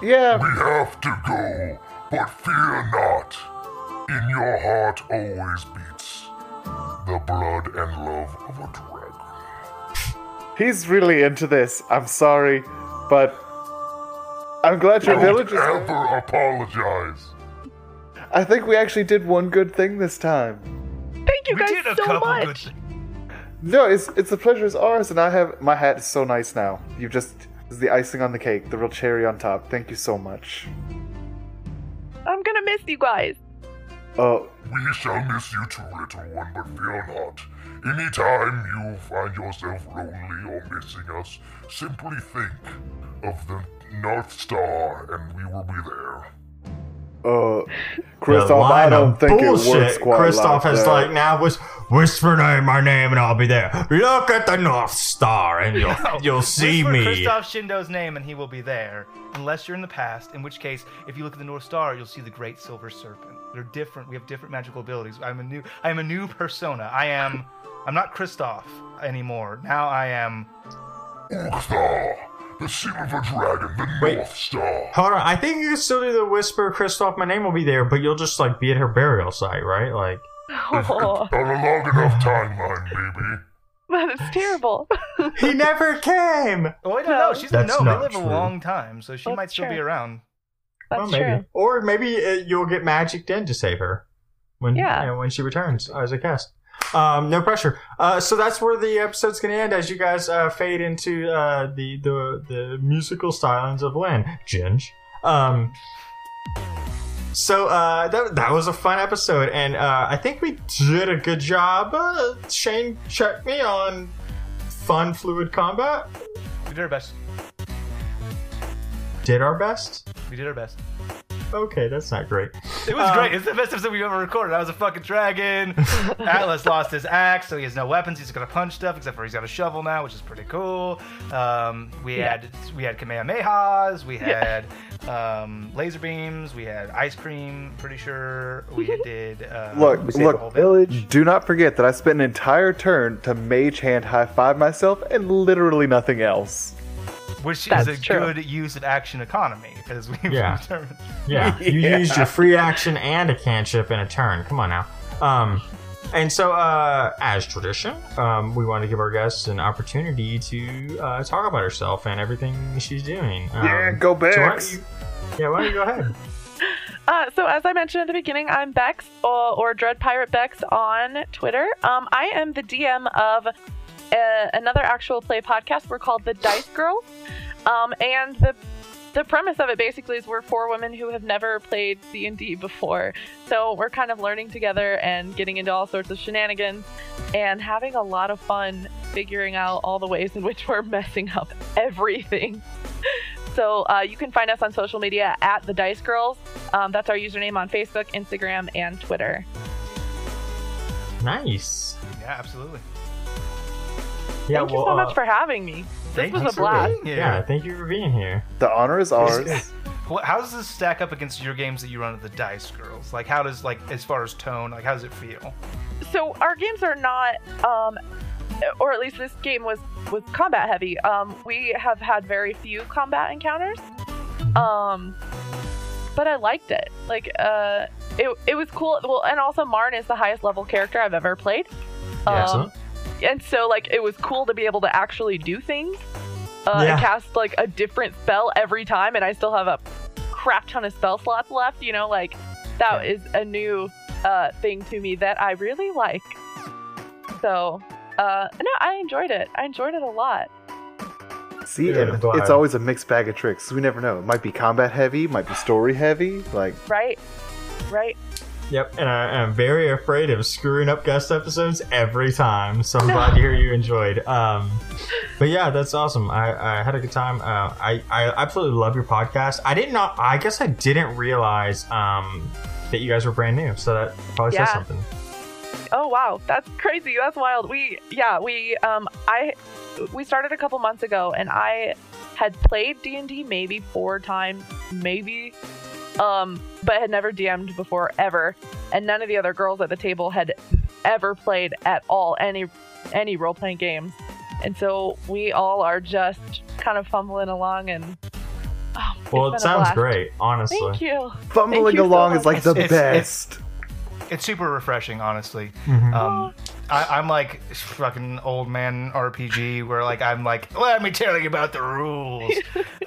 Speaker 4: yeah.
Speaker 7: We have to go, but fear not. In your heart always beats the blood and love of a dragon.
Speaker 4: He's really into this. I'm sorry, but I'm glad your village
Speaker 7: Don't
Speaker 4: is
Speaker 7: ever apologize.
Speaker 4: I think we actually did one good thing this time.
Speaker 5: Thank you
Speaker 3: we
Speaker 5: guys
Speaker 3: did a
Speaker 5: so
Speaker 3: couple
Speaker 5: much.
Speaker 3: good things.
Speaker 4: No, it's it's the pleasure is ours, and I have my hat is so nice now. You've just this is the icing on the cake, the real cherry on top. Thank you so much.
Speaker 5: I'm gonna miss you
Speaker 3: *laughs*
Speaker 5: guys. *laughs*
Speaker 4: Oh,
Speaker 7: We shall miss you too, little one, but fear not. Anytime you find yourself lonely or missing us, simply think of the North Star and we will be there.
Speaker 4: uh,
Speaker 1: The
Speaker 4: Kristoff,
Speaker 1: line
Speaker 4: I don't
Speaker 1: of
Speaker 4: think it works
Speaker 1: bullshit
Speaker 4: quite
Speaker 1: Kristoff
Speaker 4: like
Speaker 1: has
Speaker 4: that.
Speaker 1: like now was whisper name my name and I'll be there. Look at the North Star and you'll you'll see
Speaker 3: *laughs* Whisper
Speaker 1: me.
Speaker 3: Christoph Shindo's name, and he will be there. Unless you're in the past, in which case, if you look at the North Star, you'll see the Great Silver Serpent. They're different. We have different magical abilities. I'm a new. I'm a new persona. I am. I'm not Kristoff anymore. Now I am
Speaker 7: Ukthar, the Silver Dragon, the
Speaker 1: Wait.
Speaker 7: North Star.
Speaker 1: Hold on, I think you can still do the whisper, Kristoff. My name will be there, but you'll just like be at her burial site, right? Like,
Speaker 7: If it's
Speaker 5: Oh,
Speaker 7: on a long enough timeline, maybe.
Speaker 5: *laughs* that is terrible.
Speaker 1: he never came.
Speaker 3: Oh, I don't know.
Speaker 5: No.
Speaker 3: She's
Speaker 1: That's
Speaker 3: no. They
Speaker 1: not
Speaker 3: live
Speaker 1: true.
Speaker 3: a long time, so she
Speaker 5: That's
Speaker 3: might still be
Speaker 5: true.
Speaker 3: around.
Speaker 5: That's
Speaker 1: maybe,
Speaker 5: true.
Speaker 1: or maybe uh, you'll get magic in to save her when
Speaker 5: Yeah.
Speaker 1: you know, when she returns as a guest. Um, no pressure. Uh, so that's where the episode's gonna end as you guys uh, fade into uh, the the the musical stylings of Lynn Ginge. Um, so uh, that that was a fun episode, and uh, I think we did a good job. Uh, Shane checked me on fun fluid combat.
Speaker 3: We did our best.
Speaker 1: Did our best.
Speaker 3: We did our best.
Speaker 1: Okay, that's not great.
Speaker 3: It was
Speaker 1: Um,
Speaker 3: great. It's the best episode we've ever recorded. I was a fucking dragon. Atlas lost his axe, so he has no weapons. He's gonna punch stuff, except for he's got a shovel now, which is pretty cool. Um, we had we had Kamehamehas, we had um, laser beams, we had ice cream. Pretty sure we did. Uh,
Speaker 4: Look,
Speaker 3: we saved the whole
Speaker 4: look,
Speaker 3: village.
Speaker 4: do not forget that I spent an entire turn to mage hand high five myself and literally nothing else.
Speaker 3: which
Speaker 5: That's
Speaker 3: is a
Speaker 5: true.
Speaker 3: good use of action economy, as we've *laughs*
Speaker 1: Yeah.
Speaker 3: determined.
Speaker 4: *laughs*
Speaker 1: Yeah, you
Speaker 4: Yeah.
Speaker 1: used your free action and a cantrip in a turn. Come on now. Um, and so, uh, as tradition, um, we want to give our guests an opportunity to uh, talk about herself and everything she's doing. Um,
Speaker 4: Yeah, go
Speaker 1: so why
Speaker 4: back.
Speaker 1: don't you- yeah, why don't you go ahead?
Speaker 5: Uh, so as I mentioned at the beginning, I'm Bex or, or Dread Pirate Bex on Twitter. Um, I am the DM of uh, another actual play podcast. We're called the Dice Girls, um, and the the premise of it basically is we're four women who have never played D and D before, so we're kind of learning together and getting into all sorts of shenanigans and having a lot of fun figuring out all the ways in which we're messing up everything. *laughs* So uh, you can find us on social media at the Dice Girls. Um, that's our username on Facebook, Instagram, and Twitter.
Speaker 1: Nice.
Speaker 3: Yeah, absolutely.
Speaker 1: Yeah,
Speaker 5: Thank
Speaker 1: well,
Speaker 5: you so much
Speaker 1: uh,
Speaker 5: for having me.
Speaker 3: Thank
Speaker 5: was
Speaker 3: you
Speaker 5: a
Speaker 3: for
Speaker 5: blast.
Speaker 3: being here.
Speaker 1: yeah, thank you for being here.
Speaker 4: The honor is ours.
Speaker 3: What, how does this stack up against your games that you run at the Dice Girls? Like, how does like as far as tone, like how does it feel?
Speaker 5: So our games are not, um, or at least this game was was combat heavy. Um, we have had very few combat encounters,
Speaker 1: Mm-hmm.
Speaker 5: um, but I liked it. Like, uh, it it was cool. Well, and also Marn is the highest level character I've ever played. Um,
Speaker 1: Excellent.
Speaker 5: and so like it was cool to be able to actually do things uh,
Speaker 1: Yeah.
Speaker 5: and cast like a different spell every time and i still have a crap ton of spell slots left you know like that is a new uh, thing to me that i really like so uh, no i enjoyed it i enjoyed it a lot
Speaker 4: See,
Speaker 1: Yeah,
Speaker 4: and
Speaker 1: vibe.
Speaker 4: it's always a mixed bag of tricks. We never know. It might be combat heavy, might be story heavy. Like,
Speaker 5: right right
Speaker 1: Yep, and I, I'm very afraid of screwing up guest episodes every time. So I'm glad to hear you enjoyed. Um, but yeah, that's awesome. I, I had a good time. Uh, I, I absolutely love your podcast. I didn't know. I guess I didn't realize um, that you guys were brand new. So that probably
Speaker 5: Yeah.
Speaker 1: says something.
Speaker 5: Oh wow, that's crazy. That's wild. We yeah, we um I we started a couple months ago and I had played D&D maybe four times, maybe um but had never DM'd before ever and none of the other girls at the table had ever played at all any any role-playing games. And so we all are just kind of fumbling along and oh, it's
Speaker 1: Well,
Speaker 5: been a
Speaker 1: it sounds
Speaker 5: blast.
Speaker 1: great, honestly.
Speaker 5: Thank you.
Speaker 4: fumbling
Speaker 5: you so
Speaker 4: along is like
Speaker 5: *laughs* much.
Speaker 4: the
Speaker 3: It's- it's-
Speaker 4: best.
Speaker 3: It's super refreshing, honestly.
Speaker 1: Mhm.
Speaker 3: Um, I, I'm like fucking old man RPG, where like I'm like, let me tell you about the
Speaker 5: *laughs*
Speaker 3: rules,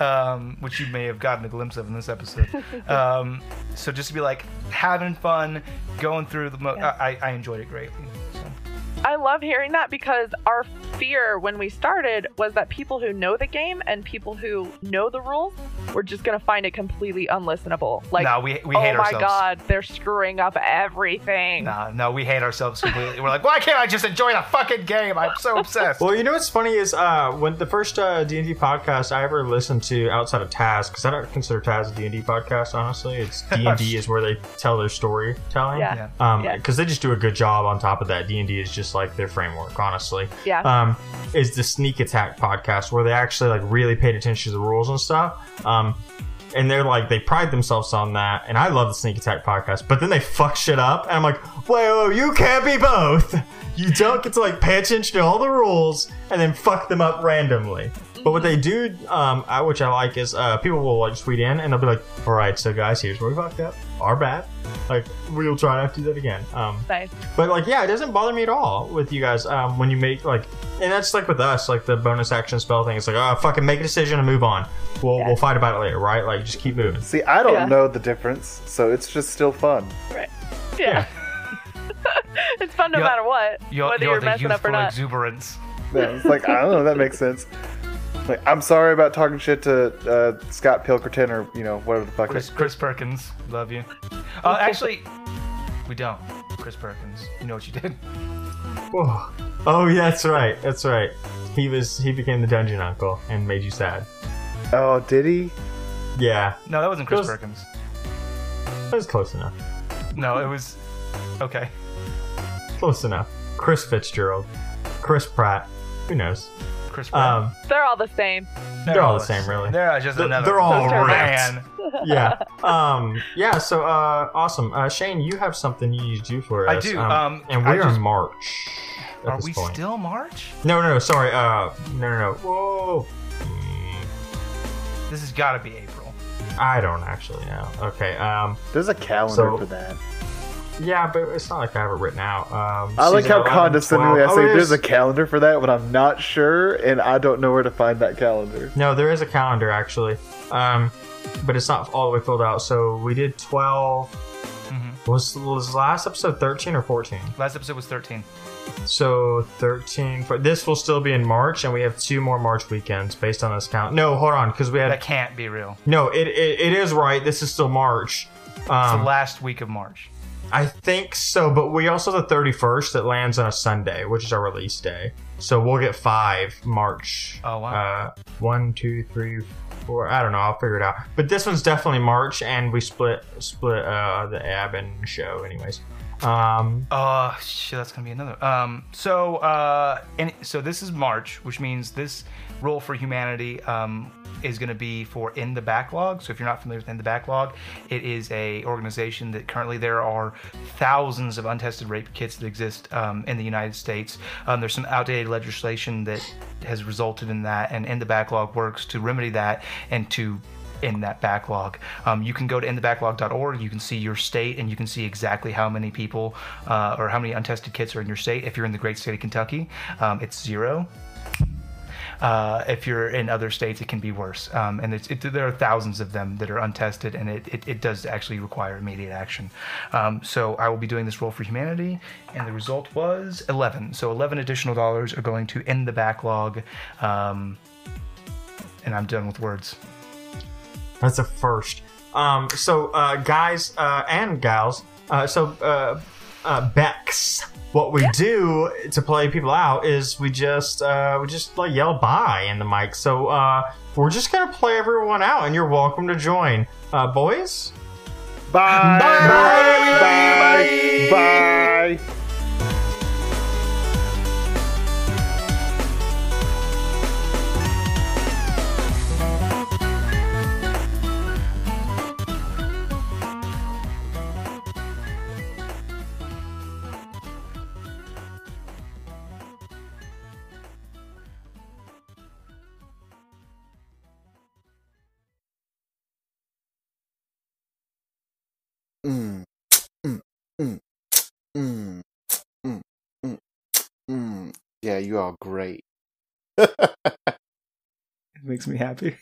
Speaker 3: um, which you may have gotten a glimpse of in this episode. Um, so just to be like having fun, going through the, mo-
Speaker 5: Yeah.
Speaker 3: I, I- I enjoyed it greatly. So.
Speaker 5: I love hearing that because our fear when we started was that people who know the game and people who know the rules were just going to find it completely unlistenable. Like,
Speaker 3: no, we we
Speaker 5: oh
Speaker 3: hate
Speaker 5: my
Speaker 3: ourselves.
Speaker 5: god, they're screwing up everything.
Speaker 3: No, no, we hate ourselves completely. We're like, why can't I just enjoy the fucking game? I'm
Speaker 5: *laughs*
Speaker 3: so obsessed.
Speaker 1: Well, you know what's funny is uh, when the first uh, D&D podcast I ever listened to outside of Taz, because I don't consider Taz a D&D podcast, honestly.
Speaker 5: *laughs*
Speaker 1: It's D&D is where they tell their storytelling.
Speaker 5: Yeah.
Speaker 3: Yeah.
Speaker 1: Um,
Speaker 5: Yeah.
Speaker 1: because they just do a good job on top of that. D and D is just like their framework, honestly.
Speaker 5: Yeah.
Speaker 1: Um, is the Sneak Attack podcast where they actually like really paid attention to the rules and stuff. Um, and they're like they pride themselves on that. And I love the Sneak Attack podcast, but then they fuck shit up, and I'm like, whoa, whoa, you can't be both. You don't get to like pay attention to all the rules and then fuck them up randomly. But what they do, um, I, which I like, is uh, people will like tweet in and they'll be like, "All right, so guys, here's where we fucked up. Our bad. Like we'll try not to do that again." Um,
Speaker 5: Nice.
Speaker 1: but like, yeah, it doesn't bother me at all with you guys um, when you make like, and that's like with us, like the bonus action spell thing. It's like, oh, fucking make a decision and move on. We'll we'll fight about it later, right? Like, just keep moving. *sighs*
Speaker 4: See, I don't
Speaker 5: Yeah.
Speaker 4: know the difference, so it's just still fun.
Speaker 5: Yeah. *laughs* it's fun no
Speaker 3: You're-
Speaker 5: matter what,
Speaker 3: You're,
Speaker 5: whether
Speaker 3: you're
Speaker 5: you're
Speaker 3: the
Speaker 5: messing up or
Speaker 3: youthful
Speaker 5: not.
Speaker 3: exuberance.
Speaker 4: Yeah, it's like I don't know, that makes sense. Like I'm sorry about talking shit to uh, Scott Pilkerton or you know whatever the fuck.
Speaker 3: Chris,
Speaker 4: it-
Speaker 3: Chris Perkins, love you. Uh, actually, we don't. Chris Perkins, you know what you did.
Speaker 1: Whoa. Oh yeah, that's right. That's right. He was he became the dungeon uncle and made you sad.
Speaker 4: Oh, did he?
Speaker 1: Yeah,
Speaker 3: No, that wasn't Chris
Speaker 1: Those-
Speaker 3: Perkins.
Speaker 1: that was close enough.
Speaker 3: No, it was. Okay.
Speaker 1: Close enough. Chris Fitzgerald, Chris Pratt. Who knows?
Speaker 3: Chris
Speaker 1: Um,
Speaker 3: Perkins.
Speaker 5: They're all the same.
Speaker 1: they're all the same, really.
Speaker 3: They're just
Speaker 1: They're-
Speaker 3: another.
Speaker 1: they're all
Speaker 5: ripped.
Speaker 3: man.
Speaker 1: yeah. Um, yeah. So uh, awesome. Uh, Shane, you have something you need to do for
Speaker 3: I
Speaker 1: us.
Speaker 3: do, um,
Speaker 1: and
Speaker 3: I
Speaker 1: we're
Speaker 3: just-
Speaker 1: in March. at
Speaker 3: Are
Speaker 1: this
Speaker 3: we
Speaker 1: point.
Speaker 3: still March?
Speaker 1: No, no, no. Sorry. Uh, no, no, no. Whoa. Mm,
Speaker 3: This has got to be April.
Speaker 1: I don't actually know. Okay. Um,
Speaker 4: There's a calendar
Speaker 1: So-
Speaker 4: for that.
Speaker 1: yeah, but it's not like I have it written out. Um,
Speaker 4: I like
Speaker 1: season
Speaker 4: how
Speaker 1: 11,
Speaker 4: condescendingly
Speaker 1: 12
Speaker 4: I
Speaker 1: Oh,
Speaker 4: say
Speaker 1: it
Speaker 4: there's
Speaker 1: is.
Speaker 4: a calendar for that when I'm not sure and I don't know where to find that calendar.
Speaker 1: No, there is a calendar actually, um, but it's not all the way filled out. So we did twelve.
Speaker 3: Mhm.
Speaker 1: Was was last episode thirteen or fourteen?
Speaker 3: Last episode was 13.
Speaker 1: So thirteen. For, this will still be in March, and we have two more March weekends based on this count. No, hold on, because we
Speaker 3: That
Speaker 1: had
Speaker 3: can't be real.
Speaker 1: no. It, it it is right. This is still March.
Speaker 3: It's
Speaker 1: Um,
Speaker 3: the last week of March.
Speaker 1: I think so, but we also have the thirty first that lands on a Sunday, which is our release day. So we'll get five March.
Speaker 3: Oh, wow.
Speaker 1: Uh, one, two, three, four. I don't know. I'll figure it out. But this one's definitely March, and we split split uh, the ab and show, anyways. Um,
Speaker 3: Uh, shit, that's gonna be another. Um, so, uh, and so this is March, which means this role for humanity um, is gonna be for in the backlog. So, if you're not familiar with in the backlog, it is a organization that currently there are thousands of untested rape kits that exist um, in the United States. Um, there's some outdated legislation that has resulted in that, and in the backlog works to remedy that and to in that backlog. Um, you can go to inthebacklog.org. You can see your state, and you can see exactly how many people uh, or how many untested kits are in your state. If you're in the great state of Kentucky, um, it's zero. Uh, if you're in other states, it can be worse. Um, and it's, it, there are thousands of them that are untested, and it, it, it does actually require immediate action. Um, so I will be doing this role for humanity, and the result was 11. So 11 additional dollars are going to end the backlog. Um, and I'm done with words.
Speaker 1: That's a first. Um, so, uh, guys uh, and gals, uh, so uh, uh, Bex, what we do to play people out is we just uh, we just like yell bye in the mic. So uh, we're just gonna play everyone out, and you're welcome to join, uh, boys.
Speaker 4: Bye. Bye. Bye. Mm. Mm. Mm. Mm. Mm. Mm. Mm. Yeah, you are great.
Speaker 3: It makes me happy.